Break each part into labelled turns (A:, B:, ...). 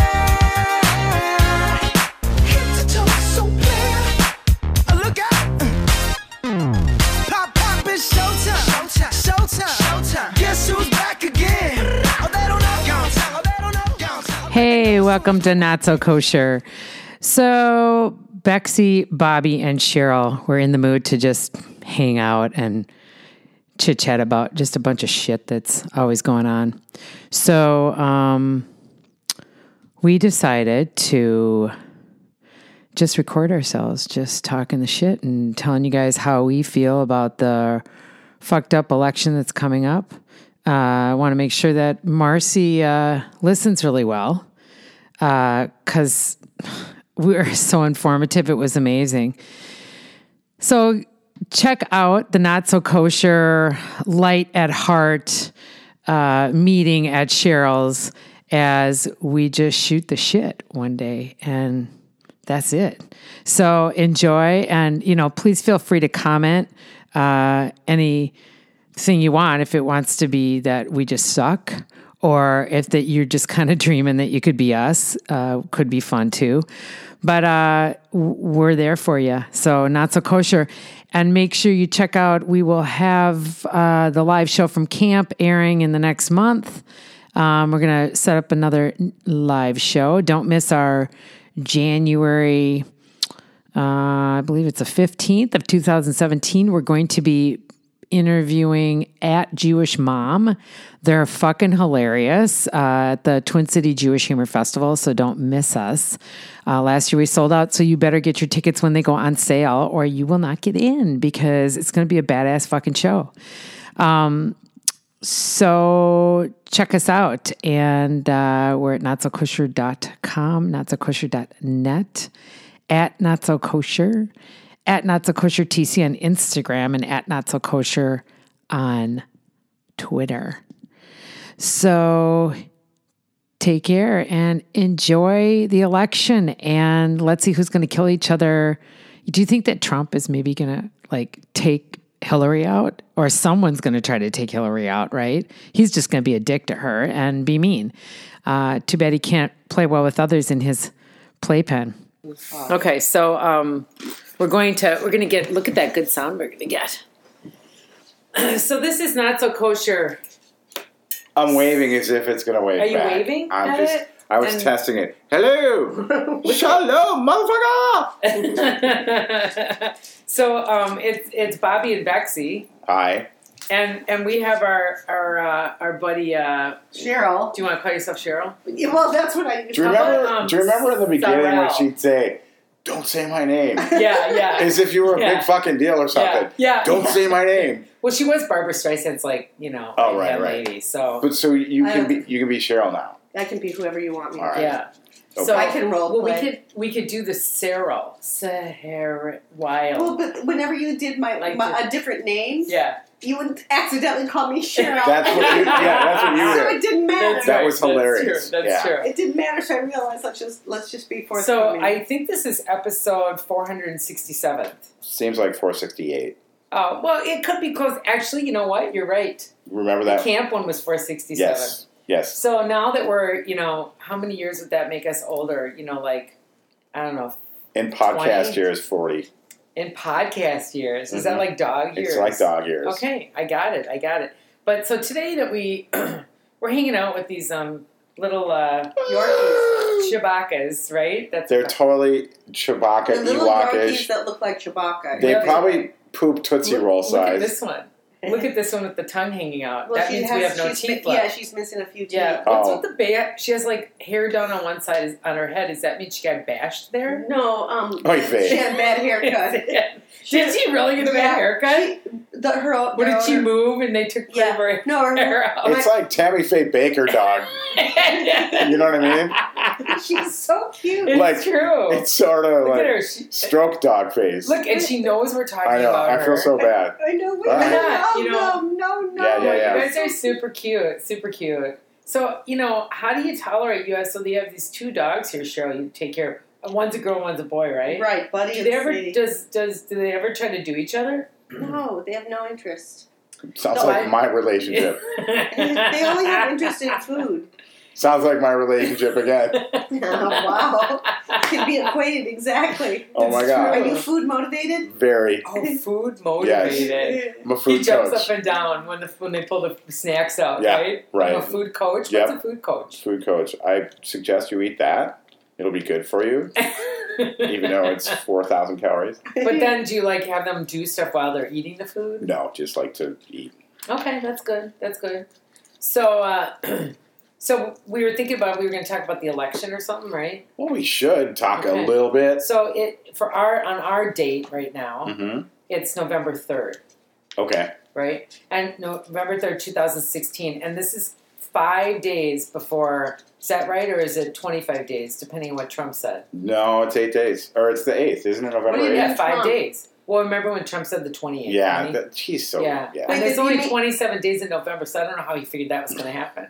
A: Oh, Oh,
B: Hey, welcome to Not So Kosher. So, Bexy, Bobby, and Cheryl were in the mood to just hang out and chit chat about just a bunch of shit that's always going on. So, um, we decided to just record ourselves, just talking the shit and telling you guys how we feel about the fucked up election that's coming up. Uh, I want to make sure that Marcy uh, listens really well because we were so informative. It was amazing. So check out the Not So Kosher Light at Heart uh, meeting at Cheryl's as we just shoot the shit one day and that's it. So enjoy and you know please feel free to comment uh, any thing you want if it wants to be that we just suck or if that you're just kind of dreaming that you could be us uh, could be fun too but uh, w- we're there for you so not so kosher and make sure you check out we will have uh, the live show from camp airing in the next month um, we're going to set up another live show don't miss our january uh, I believe it's the 15th of 2017. We're going to be interviewing at Jewish Mom. They're fucking hilarious uh, at the Twin City Jewish Humor Festival, so don't miss us. Uh, last year we sold out, so you better get your tickets when they go on sale or you will not get in because it's going to be a badass fucking show. So check us out. And uh, we're at notsokosher.com, notsokosher.net, at notsokosher, at notsokoshertc on Instagram, and at notsokosher on Twitter. So take care and enjoy the election. And let's see who's going to kill each other. Do you think that Trump is maybe going to like take Hillary out or someone's going to try to take Hillary out, right? He's just going to be a dick to her and be mean. Uh, too bad he can't play well with others in his playpen. Okay, so um, we're going to we're going to get look at that good sound we're going to get. so this is not so kosher.
C: I'm waving as if it's gonna wave.
B: Are you
C: back.
B: waving
C: I'm
B: at
C: just.
B: it?
C: I was
B: And-
C: testing it. Hello, shalom, motherfucker.
B: so um, it's it's Bobby and Bexy,
C: Hi.
B: and and we have our our uh, our buddy. Uh,
D: Cheryl.
B: do you want to call yourself Cheryl?
D: Yeah, Well, that's what I.
C: Do you remember?
B: about, um,
C: do you remember in the beginning when
B: Sorrel?
C: she'd say, "Don't say my name,"
B: Yeah, yeah.
C: as if you were a
B: Yeah.
C: big fucking deal or something?
B: Yeah, yeah.
C: Don't say my name.
B: Well, she was Barbara Streisand's like you know
C: Oh, right,
B: that
C: right.
B: lady. So
C: But so you
D: I
C: can
D: don't-
C: be you can be Cheryl now.
D: I can be whoever you want me. to
C: All right.
D: be.
B: yeah.
C: Okay.
B: So
D: I can role
B: Well, we
D: play.
B: could we could do the Sarah Sahara
D: Well,
B: Wild.
D: but whenever you did my,
B: Like
D: my a different name,
B: Yeah,
D: you would accidentally call me Cheryl.
C: That's what you. Yeah, that's what you
D: so
C: did.
D: it didn't matter.
B: that's
C: That
B: right.
C: was
B: That's
C: hilarious.
B: true. That's
C: Yeah.
B: true.
D: It didn't matter. So I realized let's just let's just be forthcoming.
B: So I think this is episode 467.
C: Seems like 468.
B: Oh, well, it could be close. Actually, you know what? You're right.
C: Remember
B: The
C: that?
B: camp one was 467.
C: yes. Yes.
B: So now that we're, you know, how many years would that make us older? You know, like, I don't know,
C: In podcast
B: 20.
C: years, 40.
B: in podcast years. Is that
C: Mhm.
B: like dog years?
C: It's like dog years.
B: Okay, I got it. I got it. But so today that we we're hanging out with these um little uh Yorkies, Chewbacca's, right? That's
C: They're totally Chewbacca
D: the little
C: Ewokish.
D: Yorkies that look like Chewbacca.
C: They
B: Yeah.
C: probably poop Tootsie
B: look,
C: Roll
B: look at
C: size.
B: this one. Look at this one with the tongue hanging out.
D: well,
B: that
D: she
B: means
D: has,
B: we have no
D: she's,
B: teeth
D: mi-
B: left.
D: Yeah, she's missing a few teeth.
B: Yeah,
C: Oh.
B: what's with the ba She has like hair down on one side is- on her head. Does that mean she got bashed there?
D: No, um,
C: Oy vey.
D: she had a bad haircut.
B: did she really get a bad
D: Yeah.
B: haircut?
D: The, her,
B: What did she
D: her-
B: move and they took
D: Yeah.
B: her
D: No, her,
B: hair out?
C: It's like Tammy Faye Baker dog. You know what I mean?
D: she's so cute.
B: it's
C: Like,
B: true.
C: It's sort of
B: Oh. Look at her.
C: like
B: She,
C: stroke dog face.
B: look, and she knows we're talking
C: I know.
B: about her.
C: I feel so bad.
D: I know. Wait,
C: All right.
D: no,
B: You know-
D: no, no, no.
C: Yeah, yeah, yeah.
B: Oh, You guys are super cute, super cute. So, you know, how do you tolerate you have so you have these two dogs here, Cheryl, you take care of Uh, one's a girl, one's a boy, right?
D: Right, buddy.
B: Do
D: and
B: they ever
D: sweetie.
B: does does do they ever try to do each other?
D: no, they have no interest.
C: Sounds
B: No, I-
C: like my relationship.
D: they only have interest in food.
C: Sounds like my relationship again.
D: Oh, wow. Can be equated exactly.
C: Oh my
D: Are
C: god.
D: you food motivated?
C: Very.
B: Oh, food motivated.
C: I'm a
B: He
C: food
B: jumps
C: coach.
B: up and down when the when they pull the snacks out,
C: Yeah,
B: right?
C: right.
B: I'm a food coach.
C: Yep.
B: What's a food coach?
C: Food coach. I suggest you eat that. It'll be good for you, even though it's four thousand calories.
B: But then, do you like have them do stuff while they're eating the food?
C: No, just like to eat.
B: Okay, that's good. That's good. So, uh, so we were thinking about we were going to talk about the election or something, right?
C: Well, we should talk
B: Okay.
C: a little bit.
B: So it for our on our date right now,
C: hmm
B: it's November third,
C: Okay.
B: right? And November third, two thousand sixteen, and this is five days before. Is that right, or is it twenty five days, depending on what Trump said?
C: No, it's eight days, or it's the eighth, isn't it? November
B: What do you
C: eighth.
B: mean five
D: Trump.
B: days? Well, remember when Trump said the 28th?
C: Yeah,
B: didn't he?
C: that, she's so
B: yeah.
C: yeah.
B: And
D: Wait,
B: there's
D: did he
B: only
D: make-
B: 27 days in November, so I don't know how he figured that was going to happen.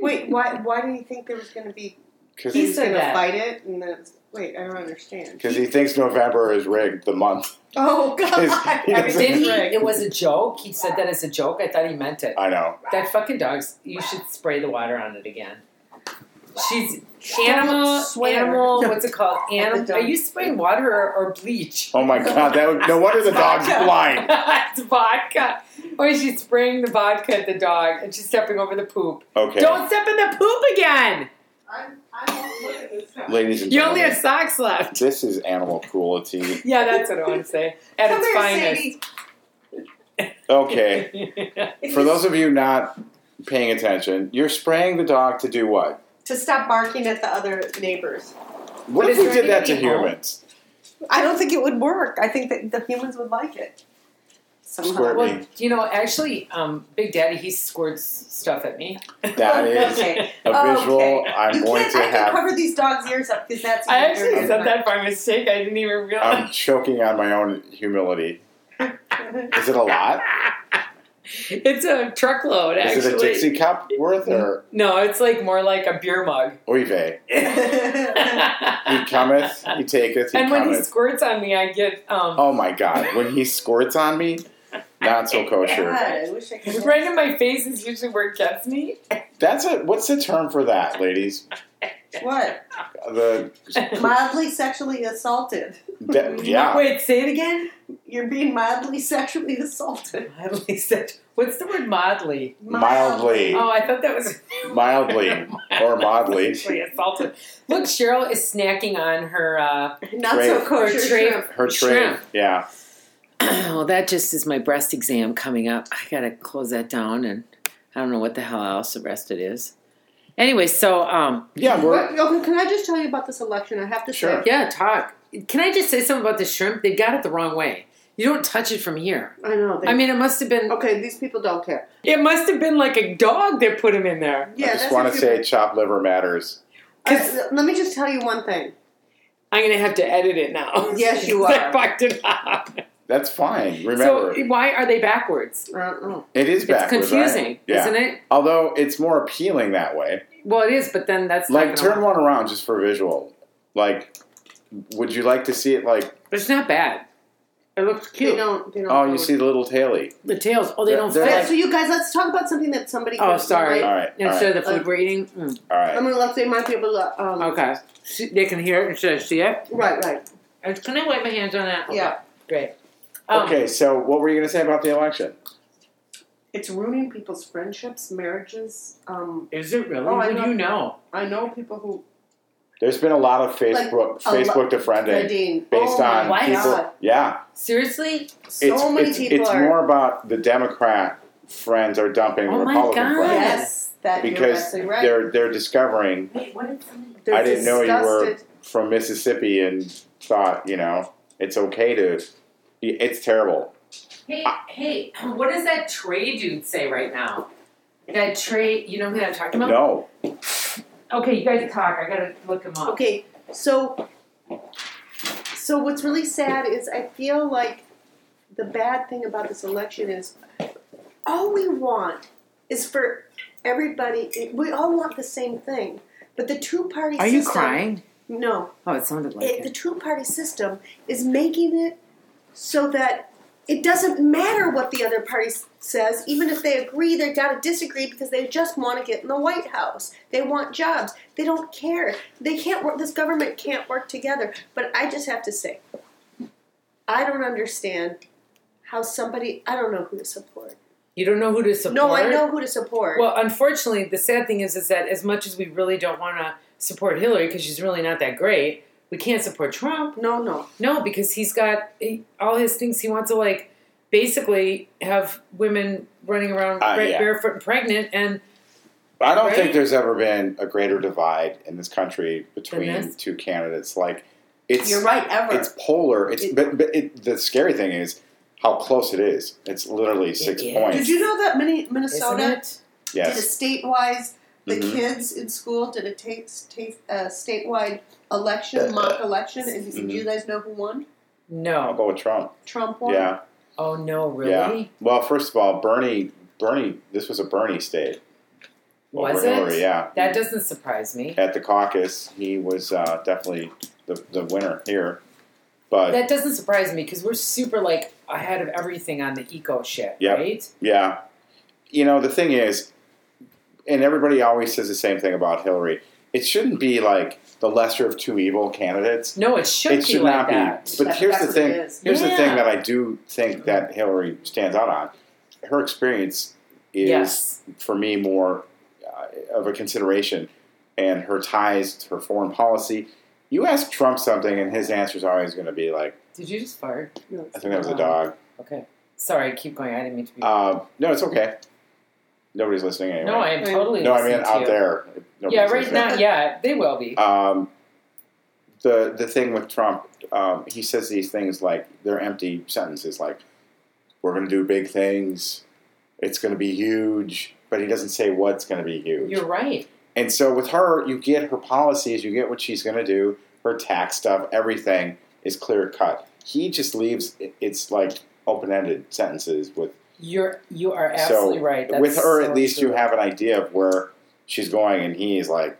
D: Wait, why, why do you think there was going to be.
C: 'Cause
B: He
D: he was
B: said
D: going to
B: that.
D: fight it? And then it's, wait, I don't understand.
C: because he thinks November is rigged, the month.
D: Oh, God.
C: He doesn't-
B: Didn't he?
D: Rigged.
B: It was a joke. He said that as a joke. I thought he meant it.
C: I know.
B: That fucking dog's. You should spray the water on it again. She's animal.
D: swear.
B: Animal. What's it called?
D: At the
B: Animal.
D: dog.
B: Are you spraying water or, or bleach?
C: Oh my god, that would, no wonder the dog's
B: Vodka.
C: blind.
B: it's vodka. Or is she spraying the vodka at the dog and she's stepping over the poop?
C: Okay,
B: Don't step in the poop again.
D: I'm, I won't look at this. Come
C: ladies and
B: You only
C: gentlemen,
B: have socks left.
C: this is animal cruelty.
B: Yeah, that's what I want to say. At its
D: here,
B: finest.
D: Sadie.
C: Okay, for those of you not paying attention, you're spraying the dog to do what?
D: To stop barking at the other neighbors.
C: What
B: But is
C: if we
B: there
C: did that to
B: anything wrong?
C: humans?
D: I don't think it would work. I think that the humans would like it.
C: Squirt
D: Somehow.
C: me.
B: well, you know, actually, um, Big Daddy he squirts stuff at me.
C: That is
D: okay.
C: a visual
D: Okay.
C: I'm
D: you
C: going
D: can't,
C: to
D: I can
C: have.
D: cover these dogs' ears up because that's.
B: I actually
D: even
B: said
D: dirtier.
B: that by mistake. I didn't even realize.
C: I'm choking on my own humility. Is it a lot?
B: it's a truckload, actually.
C: Is it a Dixie cup worth or
B: No, it's like more like a beer mug.
C: oy vey? He
B: and
C: cometh, he taketh, he
B: when he
C: cometh.
B: squirts on me, I get um,
C: oh my god, when he squirts on me, not so kosher.
D: God, I wish I
C: Oh.
D: could.
B: right in my face is usually where it gets me.
C: That's a what's the term for that, ladies?
D: What?
C: The
D: Mildly sexually assaulted.
C: de- yeah.
B: Wait, say it again.
D: You're being mildly sexually assaulted.
B: Mildly said. What's the word mildly?
C: Mildly.
B: Oh, I thought that was
C: Mildly or mildly.
B: sexually assaulted. Look, Cheryl is snacking on her. Uh,
D: Not
C: Great.
D: so kosher.
B: Or trade-
D: shrimp.
C: Her tray.
B: Shrimp.
C: Yeah.
B: well, that just is my breast exam coming up. I gotta close that down, and I don't know what the hell else the rest it is. Anyway, so um,
C: Yeah, we're
D: But, okay, can I just tell you about this election? I have to
C: Sure.
D: say,
B: yeah, talk. Can I just say something about the shrimp? They got it the wrong way. You don't touch it from here.
D: I know. They,
B: I mean, it must have been.
D: okay, these people don't care.
B: It must have been like a dog that put him in there.
D: Yeah,
C: I
D: that's
C: just want
D: what
C: to say
D: people-
C: chopped liver matters.
D: I- let me just tell you one thing.
B: I'm gonna have to edit it now.
D: Yes, you
B: I
D: are.
B: fucked it up.
C: That's fine. Remember,
B: So why are they backwards?
D: I don't know.
C: it is
B: It's
C: backwards.
B: confusing,
C: right? Yeah.
B: isn't it?
C: Although it's more appealing that way.
B: Well, it is, but then that's not
C: Like
B: gonna
C: turn
B: work.
C: one around just for visual. Like, would you like to see it? Like,
B: But it's not bad. It looks
D: They
B: cute.
D: don't. They don't
C: oh, you
D: vote.
C: see the little taily.
B: The tails. Oh, they
C: They're-
B: don't
C: they're
B: fit.
D: Alright, so you guys, let's talk about something that somebody.
B: Oh,
D: can
B: sorry.
C: All
D: relate.
C: right, all
B: instead
C: right,
B: of the food we're eating. Mm.
C: all right.
D: I'm gonna let they might be able to. Um,
B: Okay. See, they can hear it instead of see it.
D: Right, right.
B: Uh, Can I wipe my hands on that?
D: Yeah,
B: Great. Um,
C: okay, so what were you going to say about the election?
D: it's ruining people's friendships, marriages. Um,
B: Is it really?
D: Oh, I
B: Who do
D: know.
B: you know?
D: I know people who
C: There's been a lot of Facebook
D: a lo-
C: Facebook defriending
D: Nadine.
C: based
D: oh
C: on
D: my
B: why
C: people.
D: God.
C: Yeah,
B: Seriously?
D: So
C: it's
D: many
C: it's,
D: people
C: it's
D: are.
C: more about the Democrat friends are dumping
B: Oh my
C: Republican
B: God.
C: friends
D: yes, that you're
C: because
D: absolutely right.
C: they're they're discovering
B: Wait, what did somebody...
D: They're
C: I didn't know you were-
D: disgusted.
C: from Mississippi and thought you know it's okay to it's terrible.
B: Hey, hey, what does that Trey dude say right now? That Trey, you know who I'm talking about?
C: No,
B: Okay, you guys talk. I gotta look him up.
D: Okay, so so what's really sad is I feel like the bad thing about this election is all we want is for everybody. We all want the same thing, but the two party.
E: Are
D: system,
E: you crying?
D: No,
E: Oh, it sounded like
D: it,
E: it.
D: the two party system is making it so that it doesn't matter what the other party s- says, even if they agree, they've got to disagree because they just want to get in the White House. They want jobs. They don't care. They can't work. This government can't work together. But I just have to say, I don't understand how somebody. I don't know who to support.
B: You don't know who to support.
D: No, I know who to support.
B: Well, unfortunately, the sad thing is, is that as much as we really don't want to support Hillary because she's really not that great, we can't support Trump.
D: no, no.
B: No, because he's got he, all his things. He wants to like basically have women running around
C: Uh,
B: bare-
C: yeah.
B: barefoot and pregnant, and
C: I don't
B: Right?
C: think there's ever been a greater divide in this country between
B: this?
C: two candidates. Like it's
D: You're right. Ever.
C: it's polar. It's
D: It-
C: but, but it, the scary thing is how close it is. It's literally six
B: is.
C: points.
D: Did you know that Minne-
B: isn't
D: Minnesota
B: it?
D: did a
C: yes,
D: statewide? The
C: Mhm.
D: kids in school did a ta- ta- uh, statewide election, mock election, and did
C: Mm-hmm.
D: you guys know who won?
C: I'll
B: No.
C: go with Trump.
D: Trump won.
C: Yeah,
B: Oh no, really?
C: yeah. Well, first of all, Bernie, Bernie, this was a Bernie state. Over
B: Was
C: and over,
B: it?
C: Yeah.
B: That doesn't surprise me.
C: At the caucus, he was uh, definitely the, the winner here. But
B: That doesn't surprise me because we're super like ahead of everything on the eco shit,
C: Yep.
B: right?
C: Yeah. You know, the thing is, and everybody always says the same thing about Hillary, it shouldn't be like the lesser of two evil candidates.
B: No, it should,
C: it should
B: be like
C: not
B: that.
C: be. But
D: That-
C: here's
D: that's
C: the
D: what it
C: thing.
D: is.
C: Here's the
B: Yeah.
C: thing that I do think that Hillary stands out on. Her experience is,
B: yes.
C: for me, more uh, of a consideration, and her ties to her foreign policy. You ask Trump something, and his answer is always going to be like,
B: Did you just fart?
C: "I think that was a
B: Wow.
D: Uh-huh.
C: dog."
B: Okay. Sorry, keep going. I didn't mean to be.
C: Uh, no, it's okay. Nobody's listening anyway.
B: no, I am totally.
C: No, I mean
B: listening to
C: out
B: you.
C: there.
B: Yeah,
C: Nobody's
B: right
C: listening.
B: now, yeah, they will be.
C: Um, the the thing with Trump, um, he says these things like they're empty sentences, like "We're going to do big things," "It's going to be huge," but he doesn't say what's going to be huge.
B: You're right.
C: and so with her, you get her policies, you get what she's going to do, her tax stuff, everything is clear cut. He just leaves it- it's like open ended sentences with
B: You're you are absolutely right. That's
C: with her,
B: so
C: at least
B: true.
C: you have an idea of where she's going, and he is like,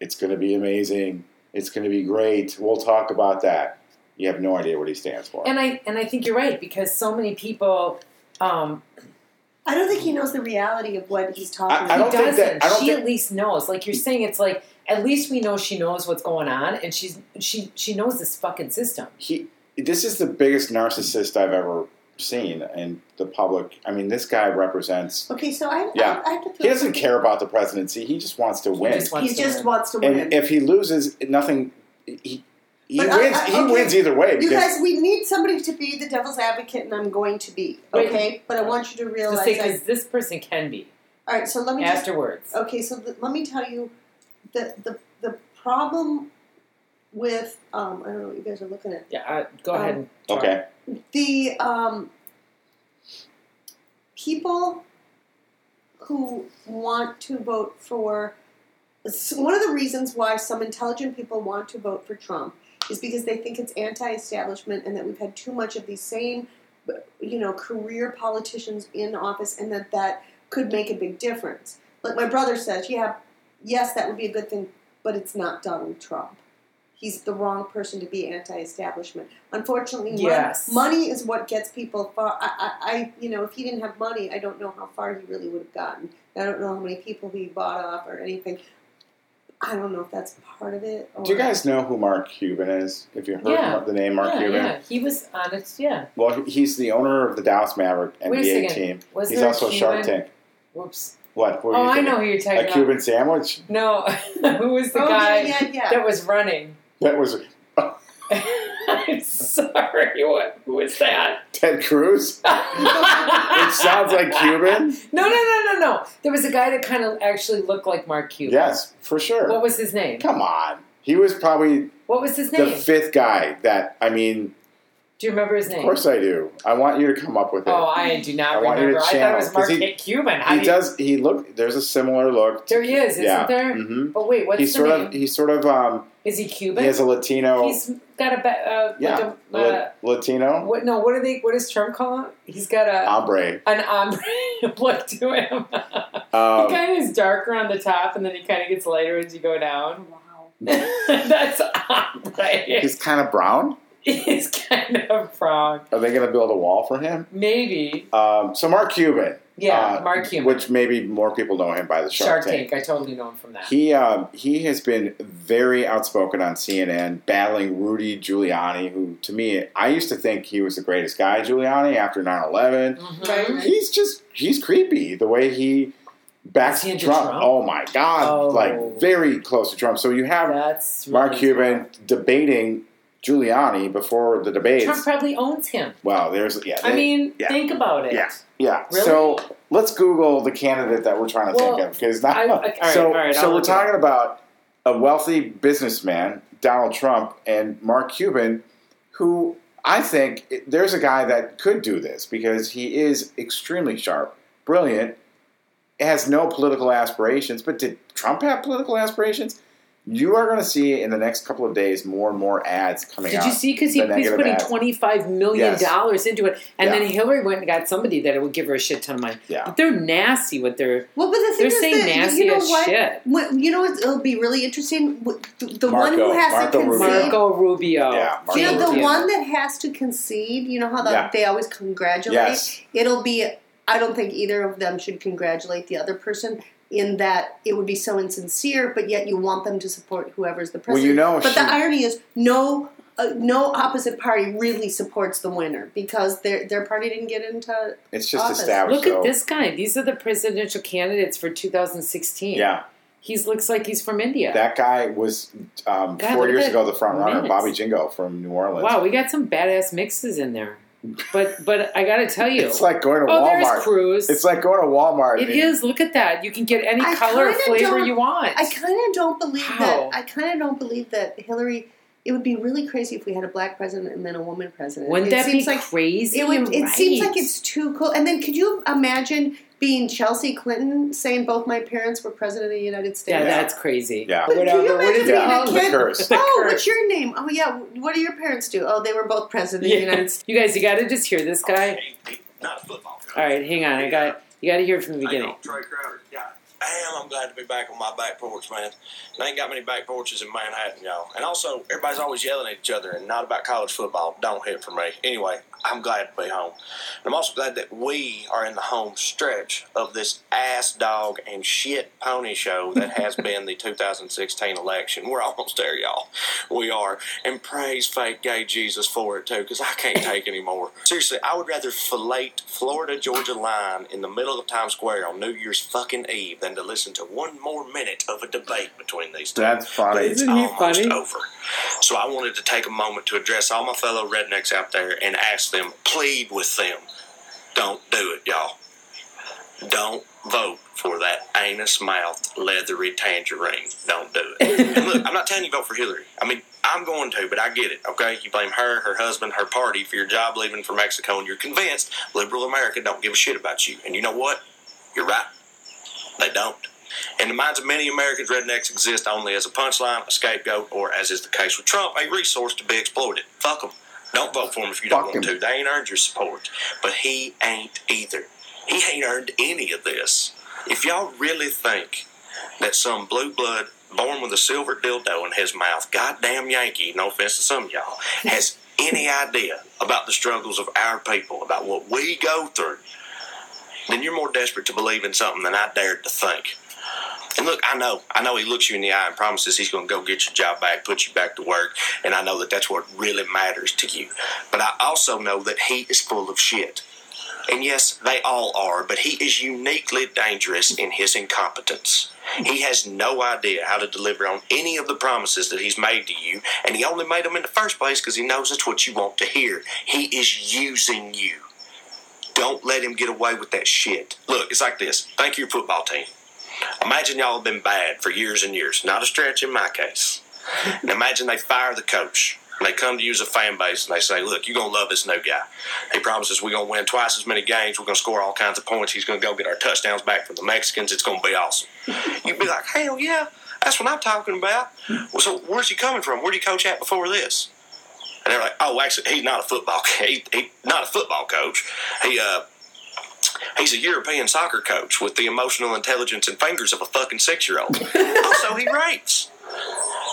C: "It's going to be amazing. It's going to be great. We'll talk about that." You have no idea what he stands for.
B: And I and I think you're right because so many people. Um,
D: I don't think he knows the reality of what he's talking
C: I- I
B: he
C: don't
D: about.
C: think
B: doesn't.
C: that- I don't
B: she
C: think-
B: at least knows. Like you're saying, it's like at least we know she knows what's going on, and she's she she knows this fucking system.
C: he, this is the biggest narcissist I've ever seen in the public. I mean, this guy represents.
D: okay, so I,
C: Yeah.
D: I, I have to feel
C: He doesn't care about the presidency. He just wants to win.
B: just wants
D: He
B: to
D: just
B: win.
D: wants to win.
C: and if he loses, nothing. He, he
D: But
C: wins.
D: I- I-
C: he
D: okay.
C: wins either way.
D: you
C: Because
D: guys, we need somebody to be the devil's advocate, and I'm going to be
B: Wait.
D: okay. But I want you to
B: Just
D: realize.
B: say
D: I, Oh,
B: because this person can be
D: all right, so let me just
B: afterwards.
D: Okay, so th let me tell you the the the problem with um, I don't know what you guys are looking at
B: Yeah, uh, go
D: Um,
B: ahead. And talk.
C: okay,
D: the um, people who want to vote for s- one of the reasons why some intelligent people want to vote for Trump is because they think it's anti-establishment and that we've had too much of these same you know career politicians in office and that that could make a big difference like my brother says yeah yes that would be a good thing but it's not donald trump he's the wrong person to be anti-establishment unfortunately mon-
B: Yes.
D: money is what gets people far I, I, I you know if he didn't have money i don't know how far he really would have gotten i don't know how many people he bought off or anything i don't know if that's part of it or
C: do you guys know who Mark Cuban is? If you heard
B: Yeah.
C: the name Mark
B: yeah,
C: Cuban,
B: yeah, he was honest. Yeah,
C: Well, he's the owner of the Dallas Maverick NBA
B: Wait a second.
C: team.
B: was
C: he's
B: there
C: also
B: a
C: a Shark
B: Cuban-
C: Tank.
B: Whoops.
C: What? what were
B: Oh,
C: you
B: I
C: thinking?
B: know who you're talking
C: A
B: about.
C: Cuban sandwich?
B: No, who was the
D: oh,
B: guy
D: yeah, yeah, yeah.
B: that was running?
C: That was
B: I'm sorry, what? Who was that?
C: Ted Cruz. It
B: it
C: sounds like Cuban.
B: No, no, no, no, no. There was a guy that kind of actually looked like Mark Cuban.
C: Yes, for sure.
B: What was his name?
C: Come on, he was probably
B: What was his
C: the
B: name?
C: fifth guy. That I mean,
B: do you remember his name?
C: of course I do. I want you to come up with it.
B: oh, I do not
C: I want you to
B: remember. I thought it
C: channel,
B: was Mark
C: 'cause he-
B: K. Cuban. How
C: he
B: do you-
C: does. He look. There's a similar look.
B: There he is, isn't
C: Yeah.
B: there?
C: Mm-hmm.
B: But wait, what's
C: He's
B: the
C: sort
B: name?
C: of. He's sort of. Um,
B: is he Cuban?
C: he has a Latino.
B: He's got a ba- uh,
C: yeah,
B: like a, uh,
C: La- Latino
B: what? No, what do they? What does Trump call him? He's got a
C: Um, hombre.
B: an ombre look to him.
C: Um,
B: he kind of is darker on the top, and then he kind of gets lighter as you go down.
D: wow
B: That's ombre.
C: He's kind of brown.
B: is kind of wrong.
C: Are they going to build a wall for him?
B: Maybe.
C: Um, so Mark Cuban.
B: Yeah,
C: uh,
B: Mark Cuban.
C: Which maybe more people know him by the
B: Shark
C: Shark,
B: Tank. I totally know him from that.
C: He um, he has been very outspoken on CNN, battling Rudy Giuliani, who to me I used to think he was the greatest guy, Giuliani, after 9-11.
B: Mm-hmm.
D: Right.
C: He's just he's creepy the way he backs
B: Is he into
C: Trump.
B: Trump?
C: Oh my God!
B: Oh.
C: Like very close to Trump. So you have
B: That's
C: Mark
B: really
C: Cuban
B: wrong.
C: debating Giuliani before the debates.
B: Trump probably owns him.
C: Wow, there's yeah.
B: I
C: they-
B: mean,
C: yeah.
B: think about it.
C: Yeah. yeah.
B: Really?
C: So let's Google the candidate that we're trying to
B: Well,
C: think of because now
B: I- okay, all right,
C: so
B: all right,
C: so
B: I'll
C: we're
B: look it up.
C: talking about a wealthy businessman, Donald Trump, and Mark Cuban, who I think it- there's a guy that could do this because he is extremely sharp, brilliant, has no political aspirations. But did Trump have political aspirations? You are going to see in the next couple of days more and more ads coming
B: Did
C: out.
B: you see? Because he,
C: The
B: he's
C: negative
B: putting
C: ads.
B: twenty five million
C: Yes.
B: dollars into it, and
C: Yeah.
B: then Hillary went and got somebody that would give her a shit ton of money.
C: Yeah.
B: But they're nasty with their.
D: Well, but the thing
B: They're
D: is
B: saying
D: that,
B: nasty
D: you know
B: as
D: what?
B: shit.
D: What- you know what? It'll be really interesting. Wh- The, the one
C: Marco-
D: who has
C: Marco
D: to concede.
C: Rubio.
B: Marco Rubio.
C: Yeah, Marco
D: You know, the
C: Rubio.
D: one that has to concede, you know how the,
C: Yeah.
D: they always congratulate?
C: Yes.
D: It'll be, I don't think either of them should congratulate the other person in that it would be so insincere, but yet you want them to support whoever's the
C: Well,
D: president.
C: you know
D: But
C: she-
D: the irony is, no. Uh, no opposite party really supports the winner because their their party didn't get into.
C: It's just
D: Office.
C: established.
B: Look at
C: so-
B: this guy. These are the presidential candidates for 2016.
C: Yeah.
B: He looks like he's from India.
C: That guy was um,
B: God,
C: four
B: look
C: years
B: at
C: ago the front runner,
B: minutes.
C: Bobby Jingo from New Orleans.
B: wow, we got some badass mixes in there. But but I got to tell you.
C: It's like going to
B: oh, there's
C: Walmart.
B: Cruz.
C: It's like going to Walmart.
B: It
C: and-
B: is. Look at that. You can get any
D: I
B: color or
D: kinda
B: flavor
D: don't-
B: you want.
D: I kind of don't believe
B: How?
D: that. I kind of don't believe that Hillary. It would be really crazy if we had a black president and then a woman president.
B: Wouldn't
D: it
B: that be
D: seems like
B: crazy?
D: It, would,
B: You're
D: it seems
B: right.
D: like it's too cool. And then could you imagine being Chelsea Clinton saying both my parents were president of the United
B: Yeah,
D: States?
B: that's crazy.
C: Yeah.
D: But can you
B: Whatever. What
D: imagine
B: is it
D: being
C: Yeah,
D: a
B: called?
C: the
D: kid?
C: curse.
D: Oh,
B: curse.
D: what's your name? Oh, yeah. What do your parents do? Oh, they were both president of the United States.
B: Yes. You guys, you got to just hear this guy. All right, hang on. I got you got to hear it from the beginning.
F: Troy Crowder. Yeah. I am. I'm glad to be back on my back porch, man. There ain't got many back porches in Manhattan, y'all. And also, everybody's always yelling at each other and not about college football. Don't hit for me. Anyway, I'm glad to be home. And I'm also glad that we are in the home stretch of this ass dog and shit pony show that has been the 2016 election. We're almost there, y'all. We are. And praise fake gay Jesus for it, too, because I can't take anymore. Seriously, I would rather fillet Florida Georgia line in the middle of Times Square on New Year's fucking Eve than to listen to one more minute of a debate between these two.
C: That's
F: But
C: funny.
F: it's
B: Isn't he
F: almost
B: funny?
F: over. So I wanted to take a moment to address all my fellow rednecks out there and ask them, plead with them, don't do it, y'all. Don't vote for that anus mouth leathery tangerine. Don't do it. and look, I'm not telling you vote for Hillary. I mean, I'm going to, but I get it. Okay, you blame her, her husband, her party for your job leaving for Mexico, and you're convinced liberal America don't give a shit about you. And you know what? You're right. They don't. In the minds of many Americans, rednecks exist only as a punchline, a scapegoat, or, as is the case with Trump, a resource to be exploited. Fuck them. Don't vote for him if you don't
C: Fuck
F: want
C: him.
F: to. They ain't earned your support. But he ain't either. He ain't earned any of this. If y'all really think that some blue blood born with a silver dildo in his mouth, goddamn Yankee, no offense to some of y'all, has any idea about the struggles of our people, about what we go through, then you're more desperate to believe in something than I dared to think. And look, I know, I know he looks you in the eye and promises he's going to go get your job back, put you back to work, and I know that that's what really matters to you. But I also know that he is full of shit. And yes, they all are, but he is uniquely dangerous in his incompetence. He has no idea how to deliver on any of the promises that he's made to you, and he only made them in the first place because he knows it's what you want to hear. He is using you. Don't let him get away with that shit. Look, it's like this. Thank you, football team. Imagine y'all have been bad for years and years. Not a stretch in my case. And imagine they fire the coach. And they come to you as a fan base and they say, Look, you're going to love this new guy. He promises we're going to win twice as many games. We're going to score all kinds of points. He's going to go get our touchdowns back from the Mexicans. It's going to be awesome. You'd be like, Hell yeah, that's what I'm talking about. Well, so where's he coming from? Where'd he coach at before this? And they're like, Oh, actually, he's not a football he, he, not a football coach. He, uh, He's a European soccer coach with the emotional intelligence and fingers of a fucking Oh, six year old. also, he rapes.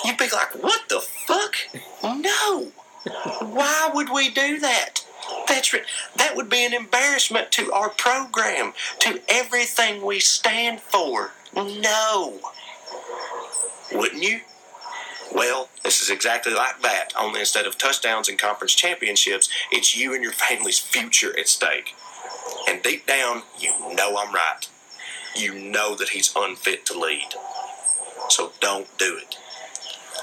F: You'd be like, what the fuck? No. Why would we do that? That's ri- that would be an embarrassment to our program, to everything we stand for. No. Wouldn't you? Well, this is exactly like that, only instead of touchdowns and conference championships, it's you and your family's future at stake. And deep down, you know I'm right. You know that he's unfit to lead. So don't do it.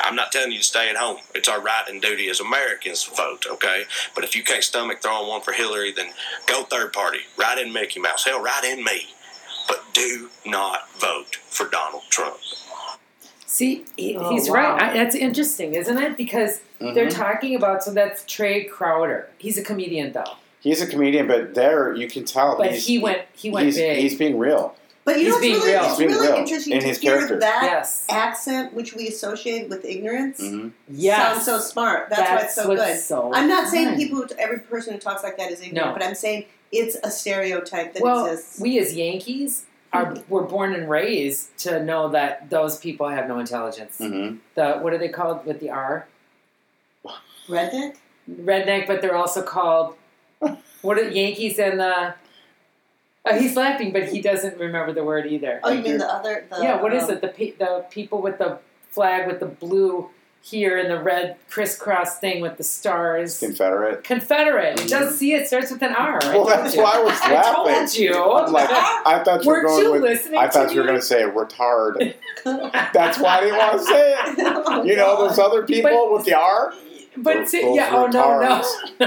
F: I'm not telling you to stay at home. It's our right and duty as Americans to vote, okay? But if you can't stomach throwing one for Hillary, then go third party. Right in Mickey Mouse. Hell, right in me. But do not vote for Donald Trump.
B: See, he,
D: Oh,
B: he's
D: wow.
B: right. I, that's interesting, isn't it? Because they're
C: Mm-hmm.
B: talking about so that's Trey Crowder. He's a comedian though,
C: He's a comedian, but there you can tell.
B: but
C: he's,
B: he went he went
C: he's,
B: big.
C: he's being real.
D: But you
B: He's
D: know, it's
B: being
D: really,
B: real.
D: it's
C: He's being
D: really
C: real
D: interesting
C: in
D: to
C: his
D: hear
C: character.
D: that
B: yes,
D: accent, which we associate with ignorance,
C: hmm
B: Mm-hmm, yes.
D: sounds so smart. That's, why it's so
B: what's
D: good.
B: so
D: I'm not saying
B: fun.
D: people, who, every person who talks like that is ignorant,
B: No.
D: but I'm saying it's a stereotype that Hmm.
B: well,
D: exists.
B: we as Yankees are were born and raised to know that those people have no intelligence.
C: hmm
B: The what are they called with the R?
D: Redneck?
B: Redneck, but they're also called what are Yankees and the. Oh, he's laughing, but he doesn't remember the word either.
D: Oh, you mean the other? The,
B: yeah, what is
D: um,
B: it? The pe- the people with the flag with the blue here and the red crisscross thing with the stars.
C: Confederate.
B: Confederate. Just see it starts with an R. I
C: Well,
B: told
C: that's
B: you.
C: why I was
B: I
C: laughing.
B: told you.
C: I'm like, I thought you were
B: Weren't
C: going
B: you
C: with.
B: listening?
C: I thought
B: to
C: you were
B: me?
C: going to say retard. That's why I didn't want to say it.
D: Oh,
C: You know those other people
B: But-
C: with the R.
B: But
C: Those-
B: to-
C: those
B: yeah, oh no, no,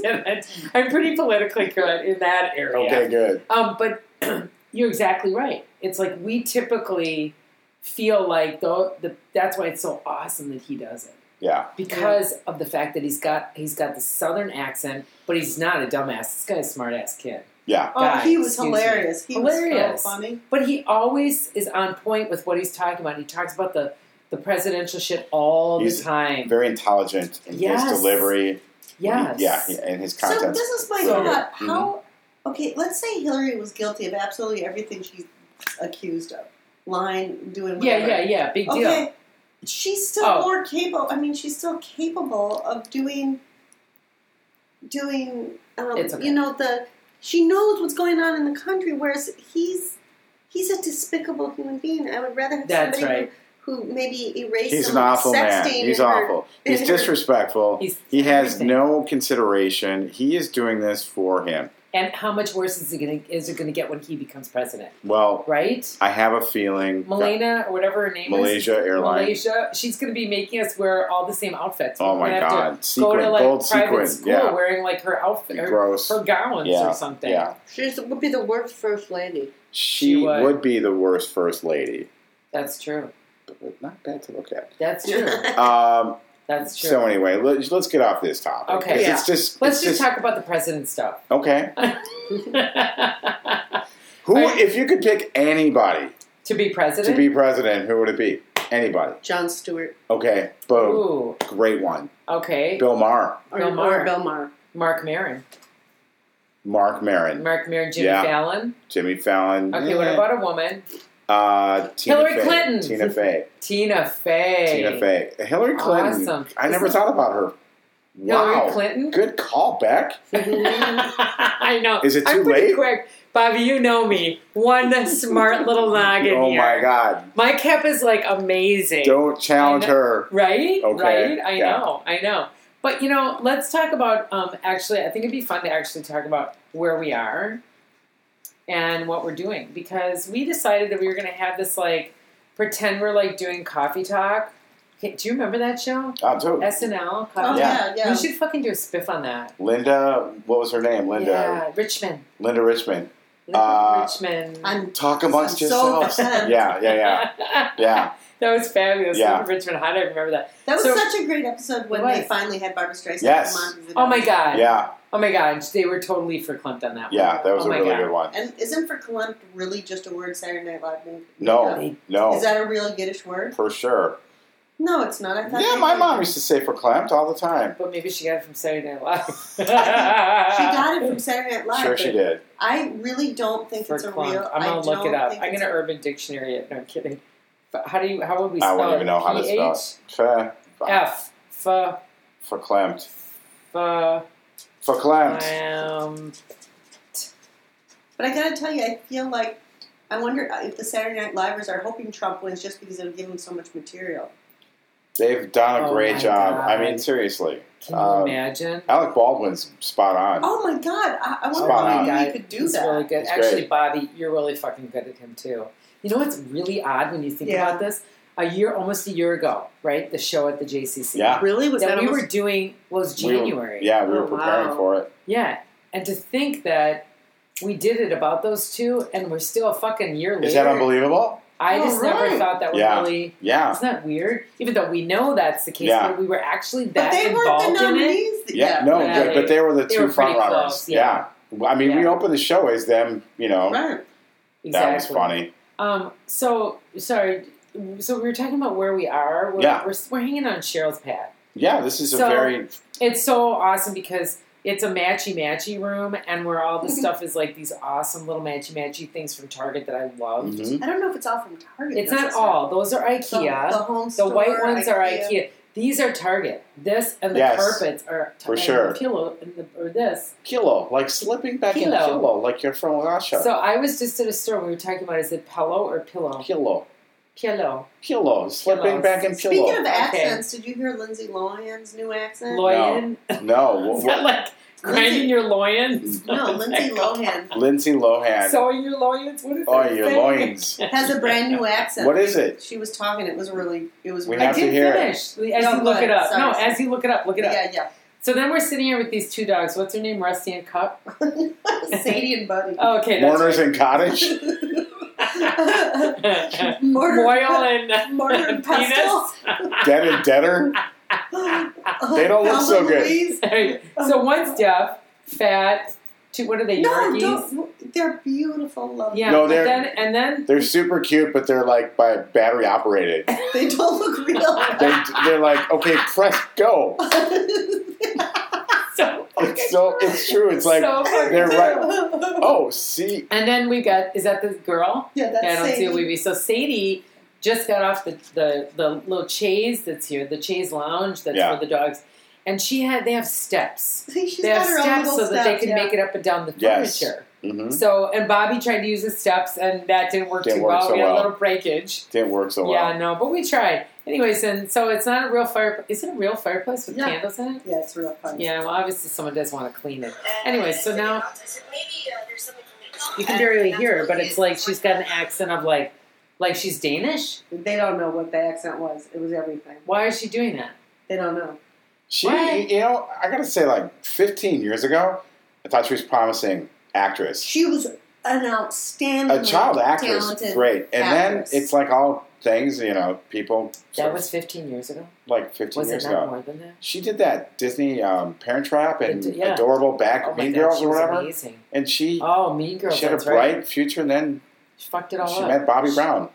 B: I didn't. I'm pretty politically correct in that area.
C: Okay, good.
B: Um, but you're exactly right. It's like we typically feel like though the, that's why it's so awesome that he does it
C: Yeah,
B: because of the fact that he's got he's got the southern accent, but he's not a dumbass. This guy's a smart ass kid.
C: yeah.
D: Oh,
B: guy,
D: he was
B: excuse me.
D: hilarious. He was
B: Hilarious.
D: so funny.
B: But he always is on point with what he's talking about. He talks about the the presidential shit all
C: He's
B: the time.
C: Very intelligent in
B: Yes.
C: his delivery.
B: Yes.
C: Yeah, yeah, and his
D: So
C: content.
D: this is my
C: So-
D: thought.
B: Mm-hmm.
D: How? Okay, let's say Hillary was guilty of absolutely everything she's accused of, lying, doing whatever.
B: Yeah, yeah, yeah. Big deal.
D: Okay. She's still
B: Oh.
D: more capable. I mean, she's still capable of doing, doing. Um,
B: It's okay.
D: You know the. She knows what's going on in the country, whereas he's he's a despicable human being. I would rather have
B: That's
D: somebody
B: right.
D: who, who maybe erased
C: He's
D: him
C: an awful
D: sexting
C: man. He's
D: and her-
C: awful. He's disrespectful.
B: He's
C: he has
B: everything.
C: no consideration. He is doing this for him.
B: And how much worse is it going to is it going to get when he becomes president?
C: Well,
B: Right?
C: I have a feeling that
B: Melena or whatever her name is.
C: Malaysia Airlines.
B: Malaysia. She's going to be making us wear all the same outfits.
C: Oh
B: We're
C: my
B: gonna have
C: God!
B: To go
C: Sequin,
B: to like
C: gold
B: private
C: sequin.
B: school
C: yeah,
B: wearing like her outfit, her,
C: gross.
B: her gowns
C: Yeah,
B: or something.
C: yeah.
D: She's would be the worst first lady.
C: She,
B: She would.
C: would. be the worst first lady.
B: That's true.
C: But Not bad to look at.
B: That's true.
C: Um,
B: That's true.
C: so anyway, let's, let's get off this topic.
B: Okay.
C: 'cause
D: Yeah.
C: It's just.
B: Let's
C: it's
B: just talk about the president stuff.
C: Okay.
B: to
C: Who,
B: Alright.
C: if you could pick anybody
B: be president.
C: to be president, who would it be? Anybody.
D: John Stewart
C: Okay. Boom.
B: Ooh.
C: Great one.
B: Okay.
C: Bill Maher,
D: or
B: Bill Maher.
D: or Bill Maher.
B: Mark Maron.
C: Mark Maron,
B: Mark Maron. Jimmy
C: Yeah.
B: Fallon.
C: Jimmy Fallon.
B: Okay. What about a woman?
C: uh, Tina
B: Hillary
C: Fey.
B: Clinton.
C: Tina Fey.
B: Tina Fey.
C: Tina Fey. Hillary Clinton.
B: Awesome.
C: I never
B: Isn't-
C: thought about her. Wow.
B: Hillary Clinton.
C: Good call, Beck.
B: I know.
C: Is it
B: I'm
C: too
B: pretty
C: late?
B: Quick, Bobby, you know me. One smart little noggin
C: oh
B: here.
C: my God!
B: My cap is like amazing.
C: Don't challenge
B: I know.
C: her.
B: Right?
C: Okay,
B: Right? I
C: yeah.
B: know. I know. But you know, let's talk about um, actually. I think it'd be fun to actually talk about where we are and what we're doing because we decided that we were going to have this like pretend we're like doing coffee talk. Okay, do you remember that show
C: Oh, dude.
B: SNL? Coffee
D: Oh
B: Talk?
C: Yeah.
D: yeah, yeah.
B: We should fucking do a spiff on that.
C: Linda, what was her name? Linda.
B: Yeah, Richmond.
C: Linda Richmond. Uh,
B: Richmond.
D: I'm
C: Talk amongst
D: I'm so
C: yourselves.
D: upset.
C: yeah, yeah, yeah, yeah.
B: that was fabulous.
C: Yeah.
B: Richmond. How do I remember that?
D: That was
B: So-
D: such a great episode when
B: It was.
D: they finally had Barbara Streisand
C: Yes.
D: come on. as a
B: Oh my
D: judge.
B: god.
C: Yeah,
B: Oh my god. They were totally verklempt on that.
C: yeah, that was
B: Oh
C: a
B: my
C: really
B: God.
C: good one.
D: And isn't for Verklempt really just a word Saturday Night Live made? made
C: No,
B: Yeah.
D: up?
C: no,
D: Is that a real Yiddish word?
C: for sure.
D: No, it's not. I thought
C: Yeah,
D: they
C: my
D: did.
C: mom used to say verklempt all the time.
B: One. But maybe she got it from Saturday Night Live. she
D: She
B: got
D: got it from Saturday Night Live.
C: Sure, she
D: but
C: did.
D: I really don't think it's a real.
B: I'm
D: I
B: gonna look it
D: don't
B: up. I'm
D: think
B: gonna
D: it's a-
B: Urban Dictionary it. No I'm kidding. But How do you? How would we
C: I
B: spell
C: wouldn't
B: it? Oh.
C: even know how to spell it. F-
B: P H F F
C: verklempt.
B: Uh,
C: Verklempt.
B: um,
D: But I gotta tell you, I feel like I wonder if the Saturday Night Livers are hoping Trump wins just because it'll give him so much material.
C: They've done a
B: Oh
C: great
B: my
C: job. I
B: God.
C: mean, seriously.
B: can you
C: Um,
B: imagine?
C: Alec Baldwin's spot on.
D: Oh my God! I, I wonder
C: Spot
D: how
C: on.
D: he could do
B: He's
D: that.
B: really good.
C: He's
B: Actually,
C: great.
B: Bobby, you're really fucking good at him too. You know what's really odd when you think
D: Yeah.
B: about this? A year, almost a year ago, right? The show at the JCC.
C: Yeah.
D: Really? Was
B: That, we
D: almost-
B: were doing was
C: We were-
B: January.
C: yeah, we were
D: Oh,
C: preparing
D: wow.
C: for it.
B: Yeah. And to think that we did it about those two, and we're still a fucking year later.
C: Is that unbelievable?
B: I
D: Oh,
B: just never
D: Alright.
B: thought that was
C: Yeah.
B: really.
C: Yeah.
B: Isn't that weird? Even though we know that's the case,
C: Yeah.
B: but we were actually
D: but
B: that
D: they
B: involved
D: weren't the
B: in it.
D: nominees.
C: Yeah, no,
B: Yeah,
C: but,
B: they-
C: but they were the
B: they
C: two
B: were pretty
C: front runners.
B: close, yeah.
C: I mean, we
B: Yeah.
C: opened the show as them, you know.
D: Right.
B: Exactly.
C: That was funny.
B: Um, so sorry. So we were talking about where we are. We're,
C: Yeah.
B: we're, we're hanging on Cheryl's pad.
C: Yeah, this is
B: So-
C: a very
B: It's so awesome because it's a matchy matchy room, and where all the stuff is like these awesome little matchy matchy things from Target that I love.
C: mhm.
D: I don't know if it's all from Target.
B: It's not
D: necessarily.
B: all; those are
D: Some-
B: IKEA.
D: The home
B: The
D: store,
B: white ones are
D: IKEA.
B: IKEA. These are Target. This and the
C: Yes.
B: carpets are
C: For
B: and
C: sure.
B: The pillow and the, or this.
C: kilo, like slipping back in
B: Kilo.
C: kilo, like you're from Russia.
B: So I was just at a store. We were talking about is it pillow or pillow?
C: kilo,
B: Pillow.
C: kilo, slipping
B: Kilos.
C: back in
D: Speaking
C: kilo.
D: of accents, did you hear Lindsay Lohan's new accent?
B: Loyan.
C: no, wha-
B: Is
C: wha- Mm.
B: that like grinding your loins?
D: no, Lindsay Lohan
C: Lindsay Lohan.
B: So are your loins? What is
C: oh,
B: that
C: your
B: saying?
C: loins.
D: has a brand new accent.
C: What is it?
D: She was talking. It was really. It was.
C: We
D: really
B: I
C: have to
B: didn't
C: hear it.
B: finish. As
D: No,
B: you look
D: good.
B: it up.
D: Sorry,
B: no,
D: sorry.
B: as you look it up, look it up.
D: yeah, yeah.
B: So then we're sitting here with these two dogs. What's her name? Rusty and Cup.
D: Sadie and Buddy.
B: Oh, okay. That's
C: Mourners and Cottage.
B: right.
D: Mortar,
B: Moyle and
D: mortar and pestle.
C: Dead and Deader. They don't look so good.
D: Louise.
B: Alright, so one's deaf, fat. Two, what are they?
D: No,
B: Yorkies.
D: don't. They're beautiful. Love.
B: Yeah,
C: No,
B: but
C: they're-
B: then and then
C: They're super cute, but they're like by battery operated.
D: They don't look real.
C: They, they're like, okay, press go.
B: so
C: It's so it's true. It's like
B: so fucking
C: they're
B: cute.
C: right. Oh, see,
B: And then we got is that the girl?
D: yeah, that's
B: Yeah, I don't
D: Sadie.
B: see a weeby. So Sadie just got off the, the the little chaise that's here, the chaise lounge that's
C: Yeah.
B: for the dogs, and she had they have steps.
D: She's
B: they have
D: got her own
B: steps
D: little
B: so that they
D: steps,
B: can
D: yeah.
B: make it up and down the
C: Yes.
B: furniture.
C: hmm
B: So and Bobby tried to use the steps, and that didn't work
C: Didn't
B: too
C: work
B: well.
C: so
B: we had
C: well.
B: a little breakage.
C: didn't work so well.
B: Yeah, no, but we tried. Anyways, and so it's not a real fire. Is it a real fireplace with
D: Yeah.
B: candles in it?
D: Yeah, it's real fun.
B: Yeah, well, obviously someone does want to clean it.
A: Anyway, so now uh,
B: You can barely hear her, but it's like she's got an accent of like, like she's Danish.
D: They don't know what the accent was. It was everything.
B: Why is she doing that?
D: They don't know.
C: She,
B: Right.
C: you know, I gotta say, like 15 years ago, I thought she was a promising actress,
D: She was an outstanding
C: a
B: Mm-hmm.
C: child actress,
D: talented
C: great. And
D: actress.
C: then it's like all things, you know, people. sort
B: That
C: of,
B: was 15 years ago.
C: like 15
B: Was it
C: years
B: not
C: ago.
B: more than that?
C: She did that Disney um, Parent Trap and
B: It- yeah.
C: adorable back
B: Oh my
C: Mean
B: God,
C: Girls
B: she
C: or
B: was
C: whatever,
B: Amazing.
C: and she
B: Oh, Mean Girls.
C: she had a
B: that's right.
C: bright future, and then
B: She fucked it all
C: she
B: up.
C: met Bobby Brown.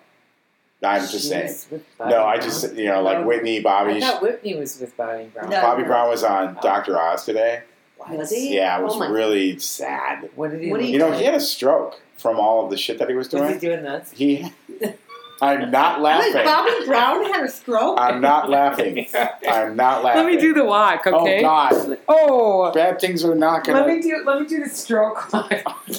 C: I'm
B: She
C: just saying.
B: was with Bobby
C: No, I
B: Brown.
C: just you know like
B: Um,
C: Whitney,
B: I
C: Bobby.
B: thought Whitney was Oh. with Bobby Brown.
D: No.
C: Bobby Brown was on Doctor Oz today.
B: What?
D: Was he?
C: Yeah, it
D: Oh
C: was
D: my-
C: really sad.
B: What did he?
D: What do
B: look
C: You know, he
B: like?
C: had a stroke from all of the shit that he was
B: was he
C: doing.
B: doing this?
C: He, I'm not
D: Wait,
C: laughing.
D: Bobby Brown had a stroke?
C: I'm not laughing. I'm not laughing.
B: Let me do the walk,
C: Oh
B: okay?
C: God,
B: Oh,
C: bad things are not
B: let
C: gonna.
B: me do let me do the stroke walk.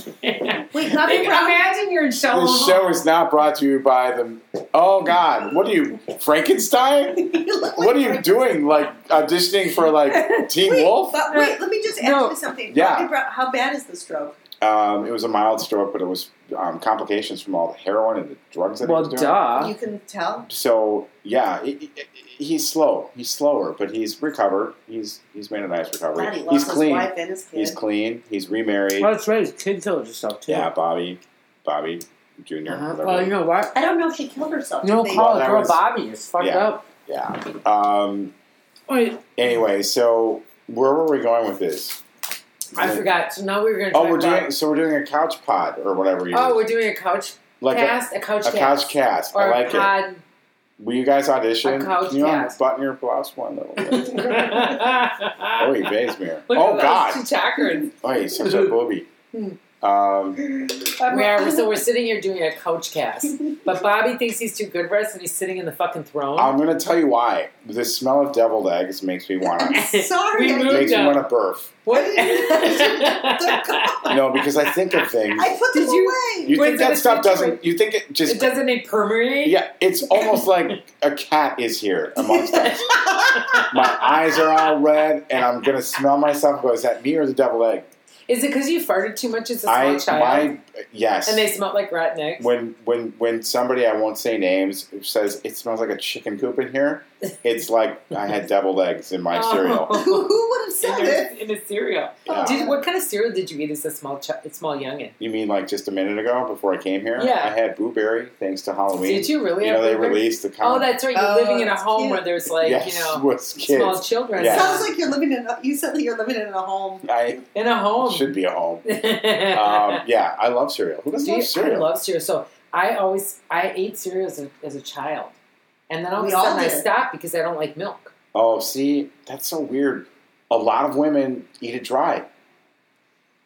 B: Like,
D: Wait, Bobby Brown.
B: Imagine you're in Shallow
C: This show is not brought to you by the. Oh God, what are you, Frankenstein? What are you doing? Like auditioning for like Teen
D: Wait,
C: Wolf?
D: but wait, let me just ask
B: No.
D: you something.
C: Yeah.
D: Bobby Brown, how bad is the stroke?
C: Um, it was a mild stroke, but it was um, complications from all the heroin and the drugs that he
B: Well,
C: was doing.
B: duh.
D: you can tell.
C: so yeah, he- he- he's slow. He's slower, but he's recovered. He's he's made a nice recovery.
D: God, he lost
C: he's
D: his
C: clean.
D: wife and his kid.
C: He's clean. He's remarried.
G: that's right. His kid killed herself too.
C: Yeah, Bobby, Bobby junior
B: Uh-huh. Oh,
G: well, you know what?
D: I don't know if she killed herself.
G: You don't
D: Did they-
G: call
C: Well,
G: a
C: that
G: girl
C: was-
G: Bobby. It's fucked
C: yeah.
G: up.
C: Yeah. Um,
G: Wait,
C: anyway, so where were we going with this?
B: I forgot. So now we're going to
C: Oh, we're doing so we're doing a couch pod or whatever you
B: Oh, we're doing a couch
C: like a,
B: cast, a, couch
C: a couch
B: cast.
C: cast.
B: Or
C: I like
B: a
C: it.
B: pod.
C: Will you guys audition?
B: A couch
C: Can you
B: cast.
C: unbutton your blouse one little bit?
B: oh,
C: oh, he bathes me.
B: Look
C: Oh
B: at those
C: God!
B: two chakras.
C: Oh, he's such a booby.
B: Hmm.
C: Um,
B: We are, so we're sitting here doing a couch cast. But Bobby thinks he's too good for us and he's sitting in the fucking throne.
C: I'm going to tell you why. The smell of deviled eggs makes me want to
B: We
D: Sorry, I,
B: moved-
C: makes me
B: up.
C: want to burp.
B: what?
C: No, because I think of things.
D: I put
B: Did
D: them
B: you-
D: away.
C: You
B: Wait,
C: think
B: so
C: that
B: it's
C: stuff doesn't.
B: different.
C: You think it just.
B: it doesn't it permeate?
C: Yeah, it's almost like a cat is here amongst us. My eyes are all red, and I'm gonna smell myself. and Go, is that me or the deviled egg?
B: Is it because you farted too much as a small
C: I
B: child?
C: my yes.
B: and they smelled like rotten eggs?
C: when when when somebody I won't say names says it smells like a chicken coop in here, it's like I had deviled eggs in my
B: Oh.
C: cereal.
D: Who, who would have
B: in,
D: said
B: your,
D: it?
B: in a cereal.
C: Yeah.
B: Did, what kind of cereal did you eat as a small chi- small youngin?
C: You mean like just a minute ago before I came here?
B: Yeah.
C: I had blueberry thanks to Halloween.
B: Did you really?
C: You know
B: have
C: they
B: Blueberry?
C: released the
B: Oh,
C: comic.
B: that's right. You're
D: Oh,
B: living in a
D: that's
B: home
D: cute.
B: where there's like
C: yes,
B: you know
C: was kids.
B: small children
C: Yeah.
D: Sounds like you're living in. A, you sound like you're living in a home.
C: I
B: in a home.
C: should be at home. Um, yeah, I love cereal. Who doesn't
B: Do you-
C: love cereal?
B: I love cereal. So I always I ate cereal as a, as a child, and then all
D: We
B: of a
D: all
B: sudden I
D: did.
B: stopped because I don't like milk.
C: Oh, see, that's so weird. A lot of women eat it dry.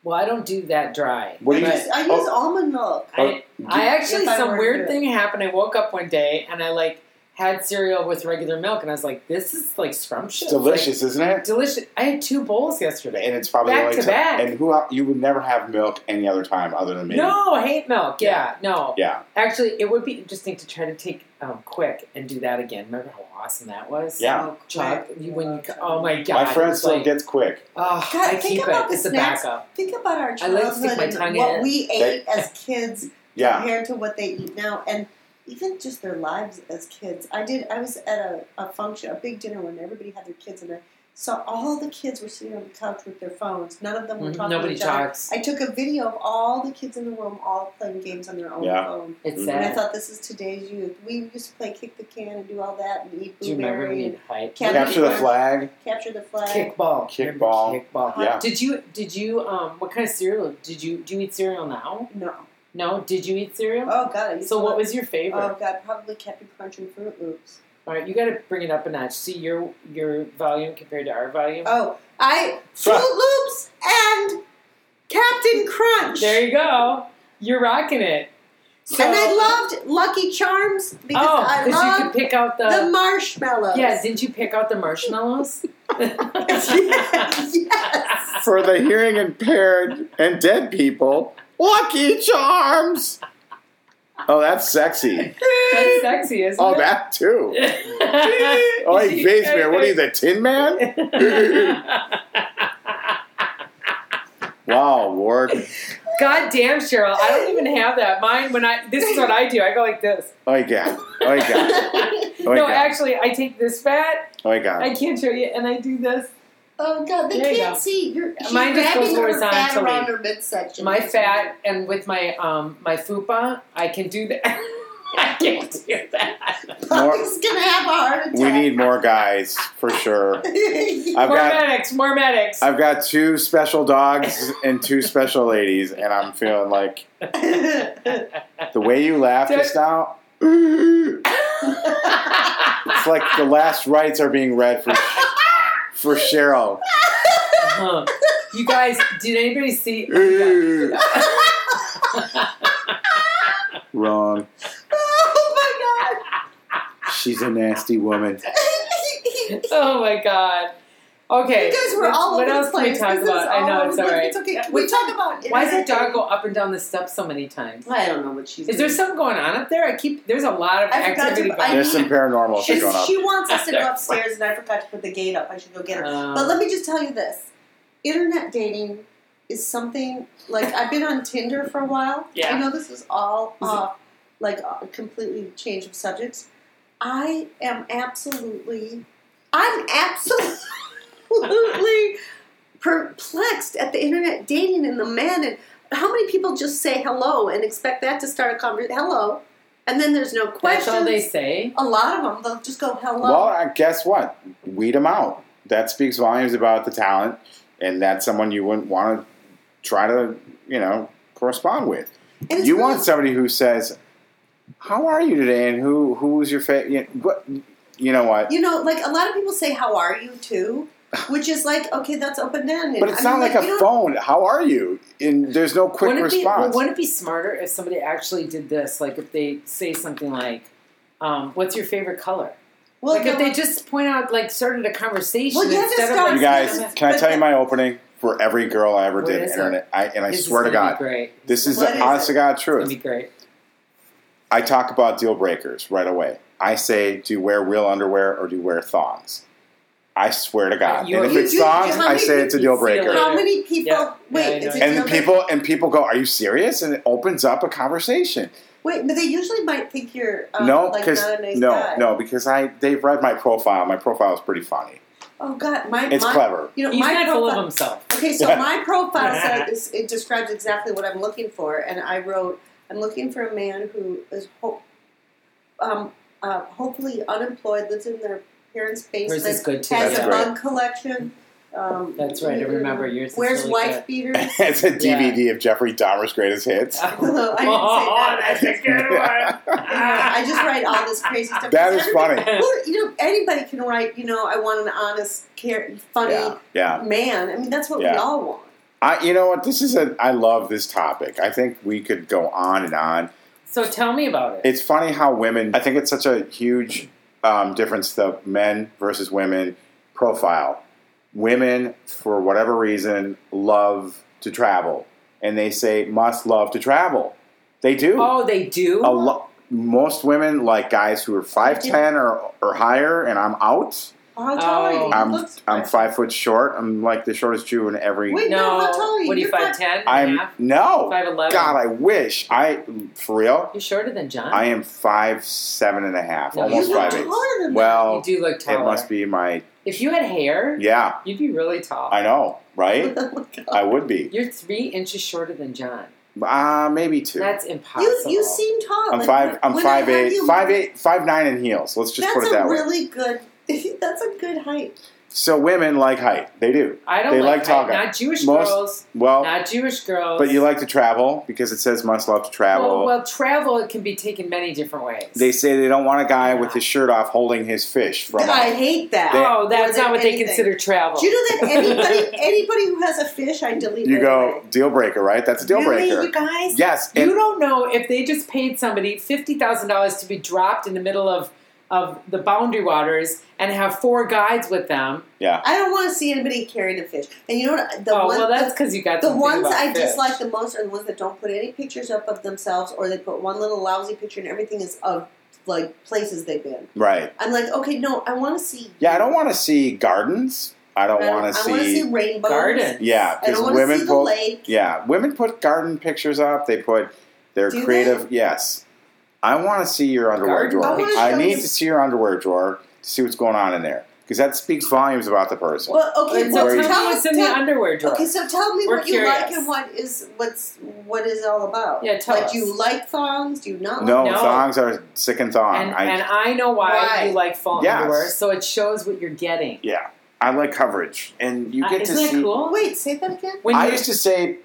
B: Well, I don't do that dry.
C: What do you?
D: I use, I use
C: oh,
D: almond milk.
C: oh,
B: I, I actually
D: If I were
B: some
D: to
B: weird
D: do it.
B: thing happened. I woke up one day and I like had cereal with regular milk, and I was like, "This is like scrumptious,
C: it's
B: Like,
C: delicious, isn't it?
B: delicious." I had two bowls yesterday.
C: And it's probably
B: Back
C: like
B: to back.
C: and who el- you would never have milk any other time other than me.
B: No, I hate milk. Yeah, no.
C: Yeah.
B: Actually, it would be interesting to try to take um, quick and do that again. Remember how awesome that was?
C: Yeah.
D: Oh,
B: Chuck,
D: quick.
B: you, when you, oh my god,
C: My friend
B: it's
C: still
B: like-
C: gets quick.
B: Oh,
D: God,
B: I
D: think
B: keep it.
D: about the
B: It's a
D: snacks.
B: backup.
D: Think about our
B: I like to
D: childhood
B: stick my tongue
D: and
B: in
D: what
B: it.
D: we ate as kids
C: Yeah.
D: compared to what they eat now, and even just their lives as kids. I did. I was at a, a function, a big dinner when everybody had their kids, and I saw all the kids were sitting on the couch with their phones. None of them were talking
B: Mm-hmm. Nobody
D: to each other.
B: talks.
D: I took a video of all the kids in the room, all playing games on their own
C: Yeah.
D: phone.
B: It's
C: Mhm.
D: And I
B: sad.
D: thought this is today's youth. We used to play kick the can and do all that and eat
B: Do you
D: blueberry
B: remember me
D: and
B: in height?
D: Can't
C: Capture the
D: Yeah.
C: flag.
D: capture the flag.
B: Kickball. Remember
C: Kickball.
B: Kickball.
C: Yeah.
B: Did you? Did you? Um. What kind of cereal? Did you? Do you eat cereal now?
D: No.
B: No. Did you eat cereal?
D: Oh God. I used
B: so
D: to
B: what
D: love-
B: was your favorite?
D: Oh God, probably Captain Crunch and Fruit Loops.
B: All right, you got to bring it up a notch. See your your volume compared to our volume.
D: Oh, I Fruit
C: Fruit.
D: Loops and Captain Crunch.
B: There you go. You're rocking it. So,
D: and I loved Lucky Charms because
B: oh,
D: I
B: 'cause you
D: loved
B: could pick out the.
D: the marshmallows.
B: yeah, didn't you pick out the marshmallows?
D: yes.
C: For the hearing impaired and dead people, Lucky Charms. Oh, that's sexy.
B: That's sexy, isn't
C: Oh,
B: it?
C: that too.
B: oh,
C: Oh, hey, face man, what are you, the Tin Man? Wow, Ward.
B: God damn, Cheryl, I don't even have that. Mine, when I this is what I do. I go like this.
C: Oh, yeah. Oh, yeah. Oh,
B: no,
C: yeah.
B: actually, I take this fat.
C: Oh, yeah.
B: I can't show you, and I do this.
D: Oh God, they
B: There you
D: can't
B: go.
D: see. You're she's
B: Mine just
D: grabbing
B: goes
D: her fat
B: horizontally.
D: around her midsection.
B: My fat, and with my um my fupa, I can do that. I can't do that.
D: Puppy's gonna have a heart attack.
C: We need more guys for sure. I've
B: more
C: got
B: medics, more medics.
C: I've got two special dogs and two special ladies, and I'm feeling like the way you laugh just now. It's like the last rites are being read for for Cheryl.
B: Huh. Uh-huh. You guys, did anybody see?
C: Wrong.
D: oh
C: She's a nasty woman.
D: my God.
B: Oh my god. Okay.
D: You guys were
B: what-
D: all
B: What
D: over
B: else
D: the place.
B: can we talk
D: This is
B: about? I
D: all
B: know
D: over
B: it's
D: the
B: all
D: place.
B: right.
D: It's okay. Can
B: We-
D: we talk about
B: Why does that
D: internet
B: dog go up and down the steps so many times?
D: I don't know what she's.
B: Is there
D: doing.
B: something going on up there? I keep there's a lot of
D: I forgot to-
B: activity
D: I-
B: going
C: There's some paranormal shit
D: She's-
C: going on.
D: She wants us to go upstairs, and I forgot to put the gate up. I should go get her.
B: on.
D: But let me just tell you this: internet dating is something like I've been on Tinder for a while.
B: Yeah.
D: I know this is all
B: Is it-
D: off, like a completely change of subjects. I am absolutely, I'm absolutely perplexed at the internet dating and the man and how many people just say hello and expect that to start a conversation. Hello, and then there's no
B: That's
D: questions.
B: all they say.
D: A lot of them, they'll just go hello.
C: Well, I- guess what? Weed them out. That speaks volumes about the talent, and that's someone you wouldn't want to try to, you know, correspond with.
D: And it's
C: you
D: really-
C: want somebody who says, "How are you today?" and who who's your favorite? You know, what?
D: you know, like a lot of people say, "How are you?" too, which is like okay, that's open ended.
C: But it's not like, a phone. How are you? And there's no quick
B: wouldn't it be well,
C: response.
B: wouldn't it be smarter if somebody actually did this? Like if they say something like, um, "What's your favorite color?"
D: Well,
B: like if
D: no,
B: they just point out, like started a conversation
D: Well, you have to
B: instead of
D: start-
B: like,
C: you guys,
B: saying,
C: can I
D: But
C: tell you
D: that-
C: my opening for every girl I ever
B: What
C: did
B: is it?
C: internet? I, and I
B: "This is
C: swear to
B: gonna be
C: God,
B: great.
C: this is
D: What
C: the
D: is
C: honest
D: it?
C: to God
B: It's gonna be
C: truth.
B: great."
C: I talk about deal breakers right away. I say, do you wear real underwear or do you wear thongs? I swear to God.
B: You're-
C: and if
B: You
C: it's
D: do-
C: thongs,
D: how
C: I
D: many
C: say it's a
B: people
C: deal
B: you feel
C: breaker.
B: it?
D: how many people?
B: Yeah. Yeah,
D: Wait,
B: I
D: it's
B: know.
D: a
C: and
D: deal
C: the people and people go, "Are you serious?" And it opens up a conversation.
D: Wait, but they usually might think you're um,
C: no,
D: like
C: because
D: not a nice
C: no,
D: guy.
C: no, because I they've read my profile. My profile is pretty funny.
D: Oh God, my
C: It's
D: my,
C: clever.
D: You know,
B: He's
D: my
B: not
D: profile,
B: full of himself.
D: Okay, so
C: Yeah.
D: my profile says it describes exactly what I'm looking for, and I wrote, "I'm looking for a man who is ho- um, uh, hopefully unemployed, lives in their parents'
B: Hers is
D: basement,
B: good too.
D: has
C: That's
D: a
C: right.
D: bug collection." Um,
B: That's right. I remember yours. is
D: Wears
B: really
D: wife
B: good.
D: beaters. I
C: it's a DVD of Jeffrey Dahmer's greatest hits.
B: Oh,
D: didn't say that. I
B: that's a good one.
D: I just write all this crazy stuff.
C: That is funny.
D: Well, you know, anybody can write. You know, I want an honest, care, funny
C: Yeah, yeah.
D: man. I mean, that's what we
C: Yeah.
D: all want.
C: I, you know what? This is a. I love this topic. I think we could go on and on.
B: So tell me about it.
C: It's funny how women. I think it's such a huge um, difference the men versus women profile. Women, for whatever reason, love to travel, and they say must love to travel. They do.
B: Oh, they do.
C: a lo- most women like guys who are five ten or or higher, and I'm out.
D: Well, how tall
B: Oh.
D: are you?
C: I'm
D: you look
C: I'm
D: special.
C: five foot short. I'm like the shortest Jew in every.
D: Wait,
B: no,
D: no, how tall are you?
B: What are you?
D: You're
B: Five ten?
D: five-
C: I'm no.
B: Five eleven.
C: God, I wish I for real.
B: You're shorter than John.
C: I am five seven and a half,
B: No,
C: almost
B: you look
C: five eight.
D: taller than that.
B: You
C: Well,
B: do look taller.
C: it must be my
B: If you had hair,
C: yeah.
B: you'd be really tall.
C: I know, right?
D: Oh my God.
C: I would be.
B: You're three inches shorter than John.
C: Uh, maybe two.
B: That's impossible.
D: You, you seem tall.
C: I'm
D: Like,
C: five. I'm
D: when
C: five
D: I had
C: eight,
D: you-
C: five eight, five nine in heels. Let's just
D: that's
C: put it that
D: a
C: way.
D: really good. That's a good height.
C: So women like height. They do.
B: I don't
C: they
B: like, height.
C: like talking.
B: Not Jewish
C: Most-
B: girls.
C: Well,
B: Not Jewish girls.
C: but you like to travel because it says must love to travel.
B: Well, well, travel it can be taken many different ways.
C: they say they don't want a guy with his shirt off holding his fish from.
D: I hate that.
B: oh, that's not
D: More than
B: what they
D: anything.
B: consider travel.
D: Do you know that anybody anybody who has a fish, I delete.
C: you
D: right
C: go
D: away.
C: deal breaker, right? That's a deal
D: really,
C: breaker.
D: you guys.
C: Yes,
B: You
C: and
B: don't know if they just paid somebody fifty thousand dollars to be dropped in the middle of of the boundary waters and have four guides with them.
D: I don't want to see anybody carrying a fish. And you know what? The
B: oh
D: one-
B: well, that's
D: the-
B: because you got
D: The
B: something
D: ones
B: about
D: I
B: fish.
D: dislike the most are the ones that don't put any pictures up of themselves, or they put one little lousy picture, and everything is of like places they've been.
C: right.
D: I'm like, okay, no, I want to see.
C: Yeah, I don't want to see gardens. I don't
D: I
C: want to
D: wanna
C: see.
D: rainbows.
B: garden.
C: Yeah,
D: I
C: because
D: don't want to
C: women
D: see the
C: put.
D: lake.
C: Yeah, women put garden pictures up. They put their
D: Do they?
C: creative. Yes, I want to see your underwear
B: Garden
C: drawer.
D: pictures.
C: I, need to see your underwear drawer to see what's going on in there because that speaks volumes about the person.
D: Well, okay,
B: And
D: well,
C: Where
B: sometimes
C: you-
D: tell
B: it's
D: us.
B: in the
D: Tell,
B: underwear drawer.
D: okay, so tell me
B: We're
D: what you
B: curious.
D: like and what is what's what is all about.
B: Yeah, tell
D: like,
B: us.
D: do you like thongs? Do you not?
C: no,
D: like
B: Oh, No.
C: thongs are sick and thong.
B: and,
C: I,
B: and I know why,
D: Why?
B: you like fall
C: Yes.
B: underwear, so it shows what you're getting.
C: yeah, I like coverage, and you
B: Uh,
C: get
B: isn't
C: to
B: that
C: see.
B: cool?
D: Oh, Wait, say that again.
B: When
C: I
B: you-
C: used to say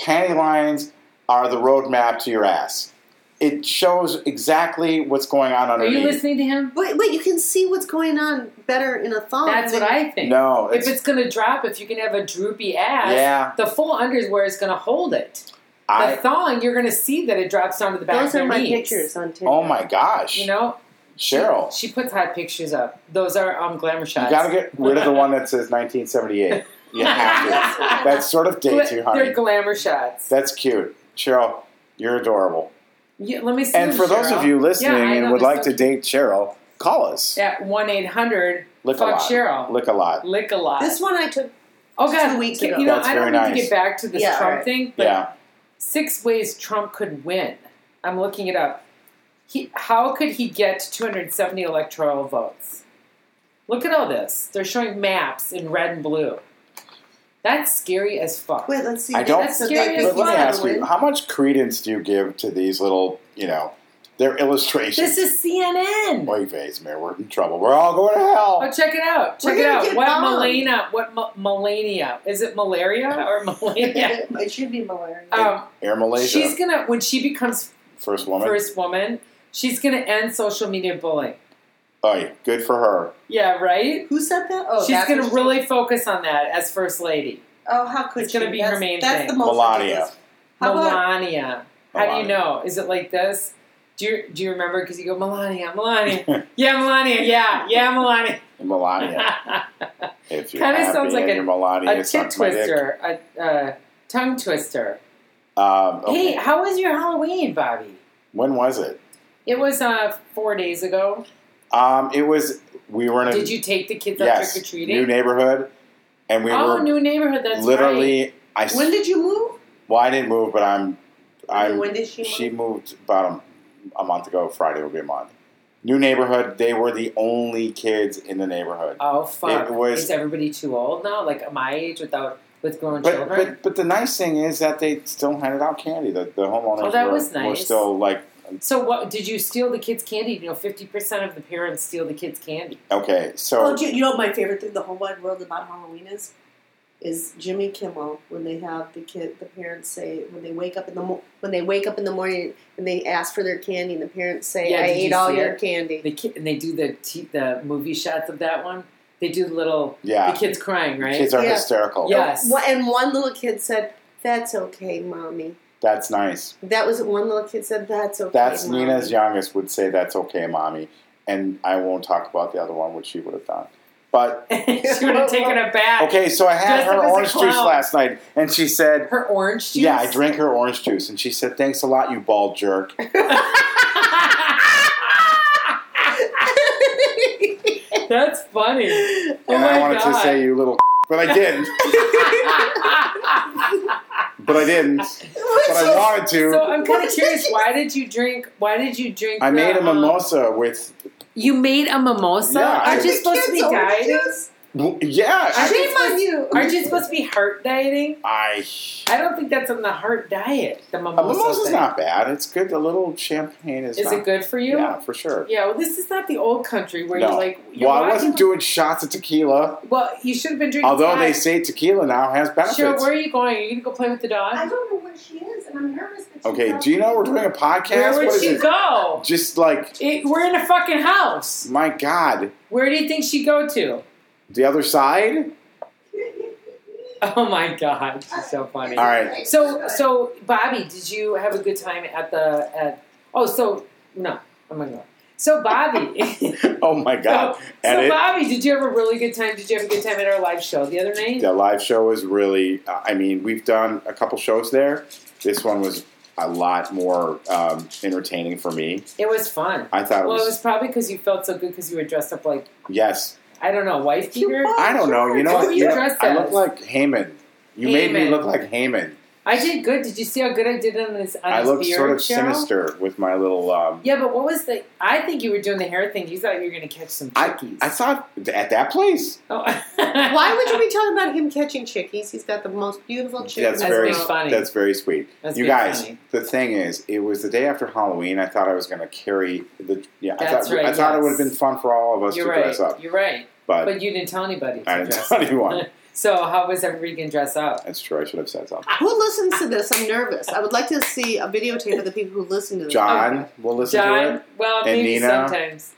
C: panty lines are the roadmap to your ass. It shows exactly what's going on
B: are you
C: underneath.
B: listening to him?
D: Wait, wait, you can see what's going on better in a thong.
B: That's
D: than-
B: what I think.
C: No,
B: if it's going to drop, if you can have a droopy ass,
C: Yeah.
B: the full underwear is going to hold it.
C: I,
B: the thong, you're going to see that it drops down to the back of
D: Those
B: your
D: are my
B: knees.
D: pictures on Tinder.
C: oh my gosh,
B: You know,
C: Cheryl,
B: She puts hot pictures up. Those are um glamour shots.
C: you gotta get rid of the one that says 1978. You have to. That's sort of dates you,
B: They're
C: honey.
B: glamour shots.
C: That's cute, Cheryl. You're adorable.
B: Yeah, let me see.
C: And
B: them,
C: for those of
B: Cheryl.
C: you listening
B: Yeah, I know,
C: and would
B: they're
C: like
B: so
C: to date Cheryl, call us.
B: cute. at one eight hundred,
C: Lick a
B: fuck
C: lot.
B: Cheryl,
C: Lick a lot.
B: lick a lot.
D: This one I took.
B: oh god,
D: two weeks
B: can-
D: ago.
B: you know,
C: That's
B: I don't need
C: very
B: to
C: nice.
B: get back to this
D: Yeah,
B: Trump
D: alright.
B: thing, but
C: Yeah.
B: six ways Trump could win. I'm looking it up. He, how could he get 270 electoral votes? Look at all this. They're showing maps in red and blue. That's scary as fuck.
D: Wait, let's see.
C: I don't-
D: That's the
B: That's
D: thing.
B: curious.
C: But
B: It's
C: let me
B: not
C: ask you, how much credence do you give to these little, you know, their illustrations?
B: This is CNN.
C: Boy, Vase, man, we're in trouble. We're all going to
B: Oh,
C: hell.
B: check it out.
D: We're
B: Check it
D: gonna
B: out.
D: get
B: What
D: bombed.
B: melania? What ma- melania? Is it malaria or melania?
D: It should be malaria.
B: um,
C: Air Malaysia,
B: she's gonna when she becomes
C: first woman.
B: first woman, she's gonna end social media bullying.
C: Oh, yeah. Good for her.
B: Yeah, right?
D: Who said that? Oh,
B: She's
D: that's
B: going
D: what
B: to
D: she-
B: really focus on that as first lady.
D: Oh, how could
B: It's
D: she?
B: gonna be her
D: that's,
B: main
D: that's
B: thing.
D: The most
C: Melania.
D: ridiculous. How about
B: Melania. How do you
C: Melania.
B: know? Is it like this? Do you, do you remember? Because you go, Melania, Melania. yeah, Melania. Yeah, yeah, Melania.
C: Melania. If you're
B: Kinda
C: happy
B: sounds like
C: and
B: a-
C: you're Melania,
B: a
C: it's not
B: tit
C: my dick.
B: twister, a uh, tongue twister.
C: Um,
B: Hey,
C: okay.
B: how was your Halloween, Bobby?
C: When was it?
B: It was uh, four days ago.
C: Um, it was. We were in a
B: Did you take the kids out
C: yes,
B: trick or
C: new
B: treating?
C: neighborhood, and we
B: oh,
C: were
B: new neighborhood. That's right.
C: literally. I s-
D: when did you move?
C: well, I didn't move, but I'm. I'm.
D: when did she move?
C: She moved about a, a month ago. Friday will be a month. New neighborhood. They were the only kids in the neighborhood.
B: Oh fuck!
C: It was-
B: Is everybody too old now? Like my age, without with grown
C: But,
B: children?
C: but but the nice thing is that they still handed out candy. The, the homeowners
B: Oh, that
C: were,
B: was
C: were
B: nice.
C: still like,
B: so what? Did you steal the kids' candy? You know, fifty percent of the parents steal the kids' candy.
C: okay, so
D: Oh, do you, you know what my favorite thing the whole wide world about Halloween is? Is Jimmy Kimmel when they have the kid, the parents say when they wake up in the mo- when they wake up in the morning and they ask for their candy and the parents say,
B: Yeah,
D: "I
B: did you
D: ate all
B: see
D: your
B: it?
D: candy."
B: The ki- and they do the t- the movie shots of that one. They do the little
C: yeah,
B: the kids crying, right?
C: kids are
D: Yeah.
C: hysterical.
B: yes.
D: Oh, Wha- And one little kid said, "That's okay, mommy."
C: That's nice.
D: That was one little kid said, "That's okay."
C: That's
D: mommy.
C: Nina's youngest would say that's okay, mommy, and I won't talk about the other one which she would have done. But
B: she would have taken it back.
C: okay, so I had
B: Dressed up
C: her
B: as a
C: orange juice
B: clown.
C: last night, and she said,
B: Her orange juice.
C: "Yeah, I drank her orange juice," and she said, "Thanks a lot, you bald jerk."
B: That's funny. Oh
C: and
B: my
C: I wanted
B: God.
C: to say, "You little," but I didn't. but I didn't. But I wanted to.
B: So I'm kind
D: What
B: of
D: is
B: curious.
D: this?
B: Why did you drink? Why did you drink?
C: I
B: the,
C: made a
B: um,
C: mimosa with.
B: you made a mimosa.
C: Yeah, I-
B: Aren't you
C: The
B: supposed to be dieting?
C: Yeah, I-
D: Shame on you.
B: Aren't you supposed to be heart dieting?
C: I.
B: I don't think that's on the heart diet. The mimosa.
C: A Uh, mimosa's
B: thing.
C: not bad. It's good. A little champagne is.
B: Is
C: not,
B: it good for you?
C: Yeah, for sure.
B: Yeah, well, this is not the old country where
C: no.
B: you're like. You're
C: well, I
B: walking-
C: wasn't doing shots of tequila.
B: Well, you should have been drinking.
C: Although they
B: wine.
C: say tequila now has benefits.
B: Sure, where are you going? Are you gonna go play with the
D: I
B: dog?
D: don't know where she is, and I'm nervous. That she's
C: okay,
D: out
C: do you know
D: there.
C: we're doing a podcast?
B: Where
C: What
B: would
C: is
B: she
C: it?
B: go?
C: Just like
B: It, we're in a fucking house.
C: my God,
B: Where do you think she go to?
C: the other side.
B: Oh my god, she's so funny.
C: All right.
B: So, so Bobby, did you have a good time at the? At, oh, so no, I'm gonna go. So Bobby, so,
C: Oh my God,
B: so
C: edit.
B: Bobby, did you have a really good time? Did you have a good time at our live show the other night?
C: The live show was really. uh, I mean, we've done a couple shows there. This one was a lot more um, entertaining for me.
B: It was fun.
C: I thought it
B: Well, it
C: was,
B: was probably because you felt so good because you were dressed up like
C: yes.
B: I don't know, wife beater.
C: I don't know. You know
B: What
C: what?
B: were you
C: You know,
B: dressed
C: I
B: as?
C: look like Haman. You made me
B: Haman.
C: look like Haman.
B: I did good. Did you see how good I did on this? On
C: I
B: his
C: looked
B: beard
C: sort of
B: show?
C: sinister with my little. Um,
B: Yeah, but what was the? I think you were doing the hair thing. You thought you were going to catch some
C: I
B: chickies.
C: I thought at that place.
B: oh.
D: Why would you be talking about him catching chickies? He's got the most beautiful
C: That's
D: chickens.
B: That's
C: very
B: pretty funny.
C: That's very sweet.
B: That's
C: you
B: pretty
C: guys,
B: funny.
C: the thing is, it was the day after Halloween. I thought I was going to carry the. Yeah, I
B: That's
C: thought
B: right,
C: I thought it
B: yes.
C: would have been fun for all of us
B: You're
C: to
B: right.
C: dress up,
B: You're right.
C: but,
B: But you didn't tell anybody. To
C: I didn't
B: dress
C: tell
B: up.
C: anyone.
B: so how was everybody going to dress up?
C: That's true. I should have said something.
D: Who listens to this? I'm nervous. I would like to see a videotape of the people who listen to this.
C: John will listen to
B: John,
C: it.
B: well,
C: And
B: maybe
C: Nina?
B: sometimes.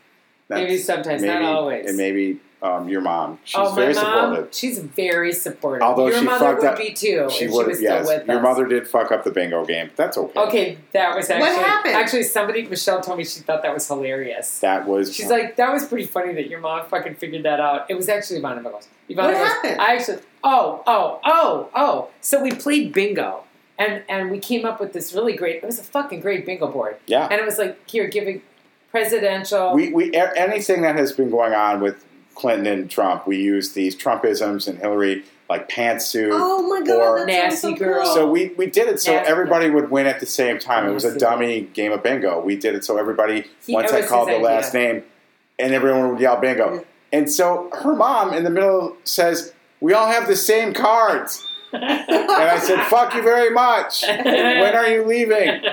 C: That's-
B: maybe sometimes, not
C: maybe-
B: always.
C: and maybe um, your mom. She's
B: oh, my
C: very
B: mom,
C: supportive.
B: she's very supportive.
C: Although
B: Your
C: she
B: mother
C: fucked
B: would
C: up-
B: be too
C: She
B: if
C: would,
B: Oh, she was
C: yes.
B: still with
C: Your
B: us.
C: mother did fuck up the bingo game. That's okay.
B: Okay, that was
D: What
B: actually
D: happened?
B: actually somebody Michelle told me she thought that was hilarious.
C: That was.
B: She's like, that was pretty funny that your mom fucking figured that out. It was actually Ivana Biggles. Ivana
D: What
B: goes,
D: happened?
B: I actually, oh, oh, oh, oh. So we played bingo, and and we came up with this really great. It was a fucking great bingo board,
C: yeah.
B: and it was like here, giving presidential.
C: we, we a- anything that has been going on with Clinton and Trump, we use these Trumpisms and Hillary like pantsuit.
D: Oh my god, that sounds
B: Nasty
D: so
B: girl.
D: Cool.
C: So we, we did it so
B: Yeah.
C: everybody would win at the same time. It was a
B: Yes.
C: dummy game of bingo. We did it so everybody
B: He-
C: once
B: that
C: I
B: was
C: called the
B: his idea.
C: last name and everyone would yell bingo. And so her mom in the middle says, "We all have the same cards." and I said, "Fuck you very much. When are you leaving?"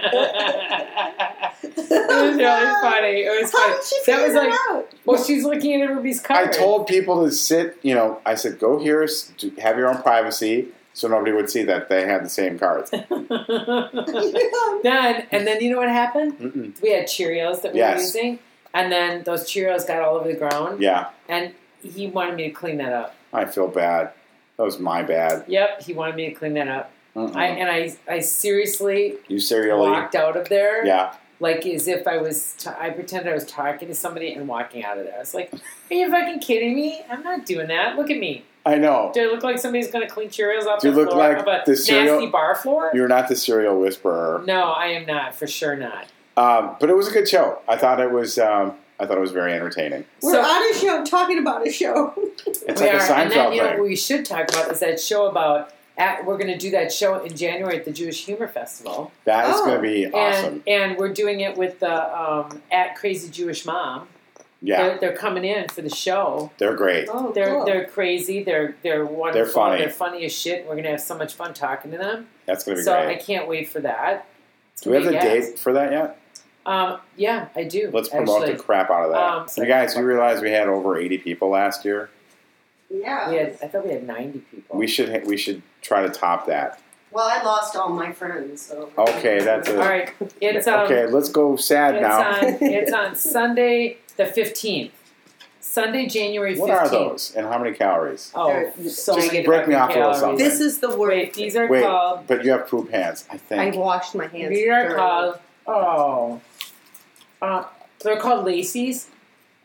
B: it was really funny. It was
D: How
B: funny.
D: did she
B: that
D: figure
B: was like,
D: that out?
B: well, she's looking at everybody's
C: I
B: cards.
C: told people to sit, you know, I said, go here, s- do- have your own privacy, so nobody would see that they had the same cards.
B: then and then you know what happened?
C: Mm-mm.
B: We had Cheerios that we
C: Yes.
B: were using. and then those Cheerios got all over the ground,
C: Yeah,
B: and he wanted me to clean that up.
C: I feel bad. That was my bad.
B: Yep, he wanted me to clean that up.
C: Mm-mm.
B: I and I, I seriously
C: you serially?
B: walked out of there,
C: Yeah.
B: like as if I was. T- I pretended I was talking to somebody and walking out of there. I was like, "Are you fucking kidding me? I'm not doing that. Look at me.
C: I know.
B: Do I look like somebody's gonna clean Cheerios off
C: Do you
B: the
C: look
B: floor
C: like
B: of a
C: the cereal-
B: nasty bar floor?"
C: You're not the serial whisperer.
B: no, I am not. For sure not.
C: Um, but it was a good show. I thought it was. Um, I thought it was very entertaining.
D: We're
B: So-
D: on a show talking about a show.
C: It's
B: we
C: like
B: are.
C: a
B: and then
C: Seinfeld
B: you know
C: thing.
B: what we should talk about is that show about. At, we're going to do that show in January at the Jewish Humor Festival,
C: That is
D: Oh.
C: going to be awesome.
B: and and we're doing it with the um, at Crazy Jewish Mom.
C: Yeah,
B: They're, they're coming in for the show.
C: they're great.
D: Oh,
B: They're
D: cool.
B: they're crazy. They're they're wonderful.
C: funny.
B: They're funny as shit. We're gonna have so much fun talking to them.
C: That's going to be
B: So I
C: great.
B: can't wait for that. It's
C: Do we have the
B: gonna be a gas.
C: date for that yet?
B: Um, yeah, I do.
C: Let's promote
B: actually.
C: the crap out of that.
B: Um,
C: you guys, you realize we had over 80 people last year.
D: yeah.
B: We had, I thought we had ninety people.
C: We should ha- we should try to top that.
D: Well, I lost all my friends. So.
C: Okay, that's
B: All
C: a,
B: right, it's um, uh,
C: okay. Let's go sad
B: It's
C: now.
B: on, it's on Sunday the 15th. Sunday, January 15th.
C: What are those and how many calories?
B: Oh, so
C: Just
B: many
C: break
B: fucking
C: me off a little
B: calories.
C: something.
D: This is the word.
B: Wait, these are
C: Wait,
B: called.
C: but you have poop hands, I
D: I
C: think.
D: washed my hands.
B: These are
D: thoroughly.
B: called. Oh. Uh, they're called Lacey's,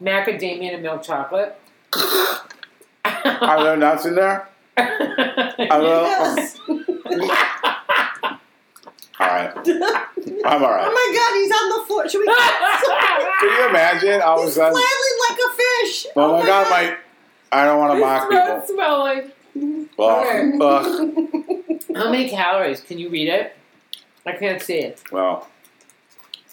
B: macadamia and milk chocolate.
C: Are there nuts in there? Are there-
D: Yes.
C: All right, I'm all
D: Oh
C: right.
D: my God, he's on the floor. Should we? he's
C: Can you imagine? I was
D: flailing
C: on.
D: like
C: Oh
D: a fish. Oh
C: my god, my. I don't want to mock
B: Throat
C: people.
B: smelling.
C: Well, ugh.
B: How many calories? Can you read it? I can't see it.
C: well,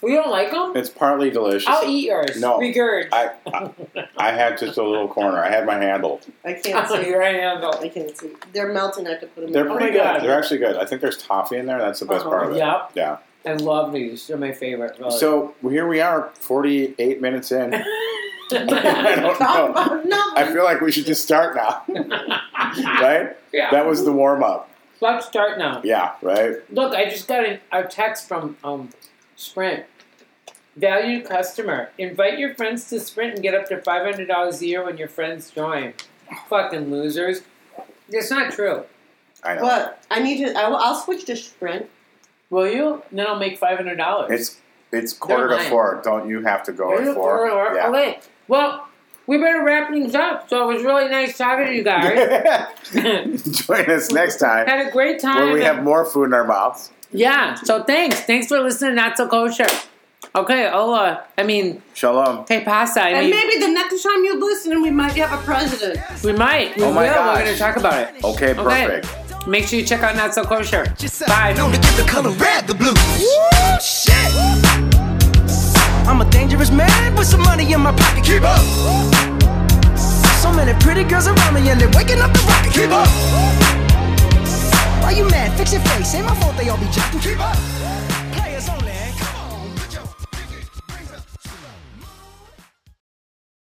B: Well, you don't like them?
C: it's partly delicious.
B: I'll eat yours.
C: No.
B: Regurg.
C: I, I I had just a little corner. I had my handle.
D: I can't
B: Oh,
D: see.
B: your right handle.
D: I can't see. They're melting. I have to put them.
C: They're
D: in.
B: Oh my
C: pretty good.
B: God.
C: They're actually good. I think there's toffee in there. That's the best
D: Uh-huh.
C: part of it.
B: Yep.
C: Yeah.
B: I love these. They're my favorite. really.
C: So here we are, 48 minutes in. I
B: yeah.
C: don't
D: Talk
C: know.
D: about numbers.
C: I feel like we should just start now, right? That was the warm up.
B: Let's start now.
C: Yeah, right.
B: Look, I just got a, a text from um, Sprint. Valued customer. Invite your friends to Sprint and get up to $500 a year when your friends join. Fucking losers. It's not true.
C: I know.
D: What? I need to. I will, I'll switch to Sprint.
B: Will you? Then I'll make $500.
C: It's it's quarter
B: They're
C: to
B: mine.
C: four. Don't you have to go
B: Will you?
C: at four?
B: Or-
C: Yeah.
B: Okay. Well, we better wrap things up. So it was really nice talking to you guys.
C: Join us next time
B: Had a great time.
C: where we
B: and-
C: have more food in our mouths.
B: Yeah. So thanks. Thanks for listening. to Not so kosher. Okay. Oh, uh, I mean,
C: Shalom.
B: hey, pasta. I
D: And
B: mean,
D: maybe the next time you listen, we might have a president.
B: we might. We
C: Oh my
B: will.
C: gosh.
B: We're gonna talk about it.
C: Okay, perfect.
B: Make sure you check out Not So Kosher. Bye.
D: uh,
A: Bye. Known to give the color red the blues. Woo, shit. I'm a dangerous man with some money in my pocket. Keep up. So many pretty girls around me and they're waking up the rocket. Keep up. Why you mad? Fix your face. Ain't my fault they all be jacking. Keep up.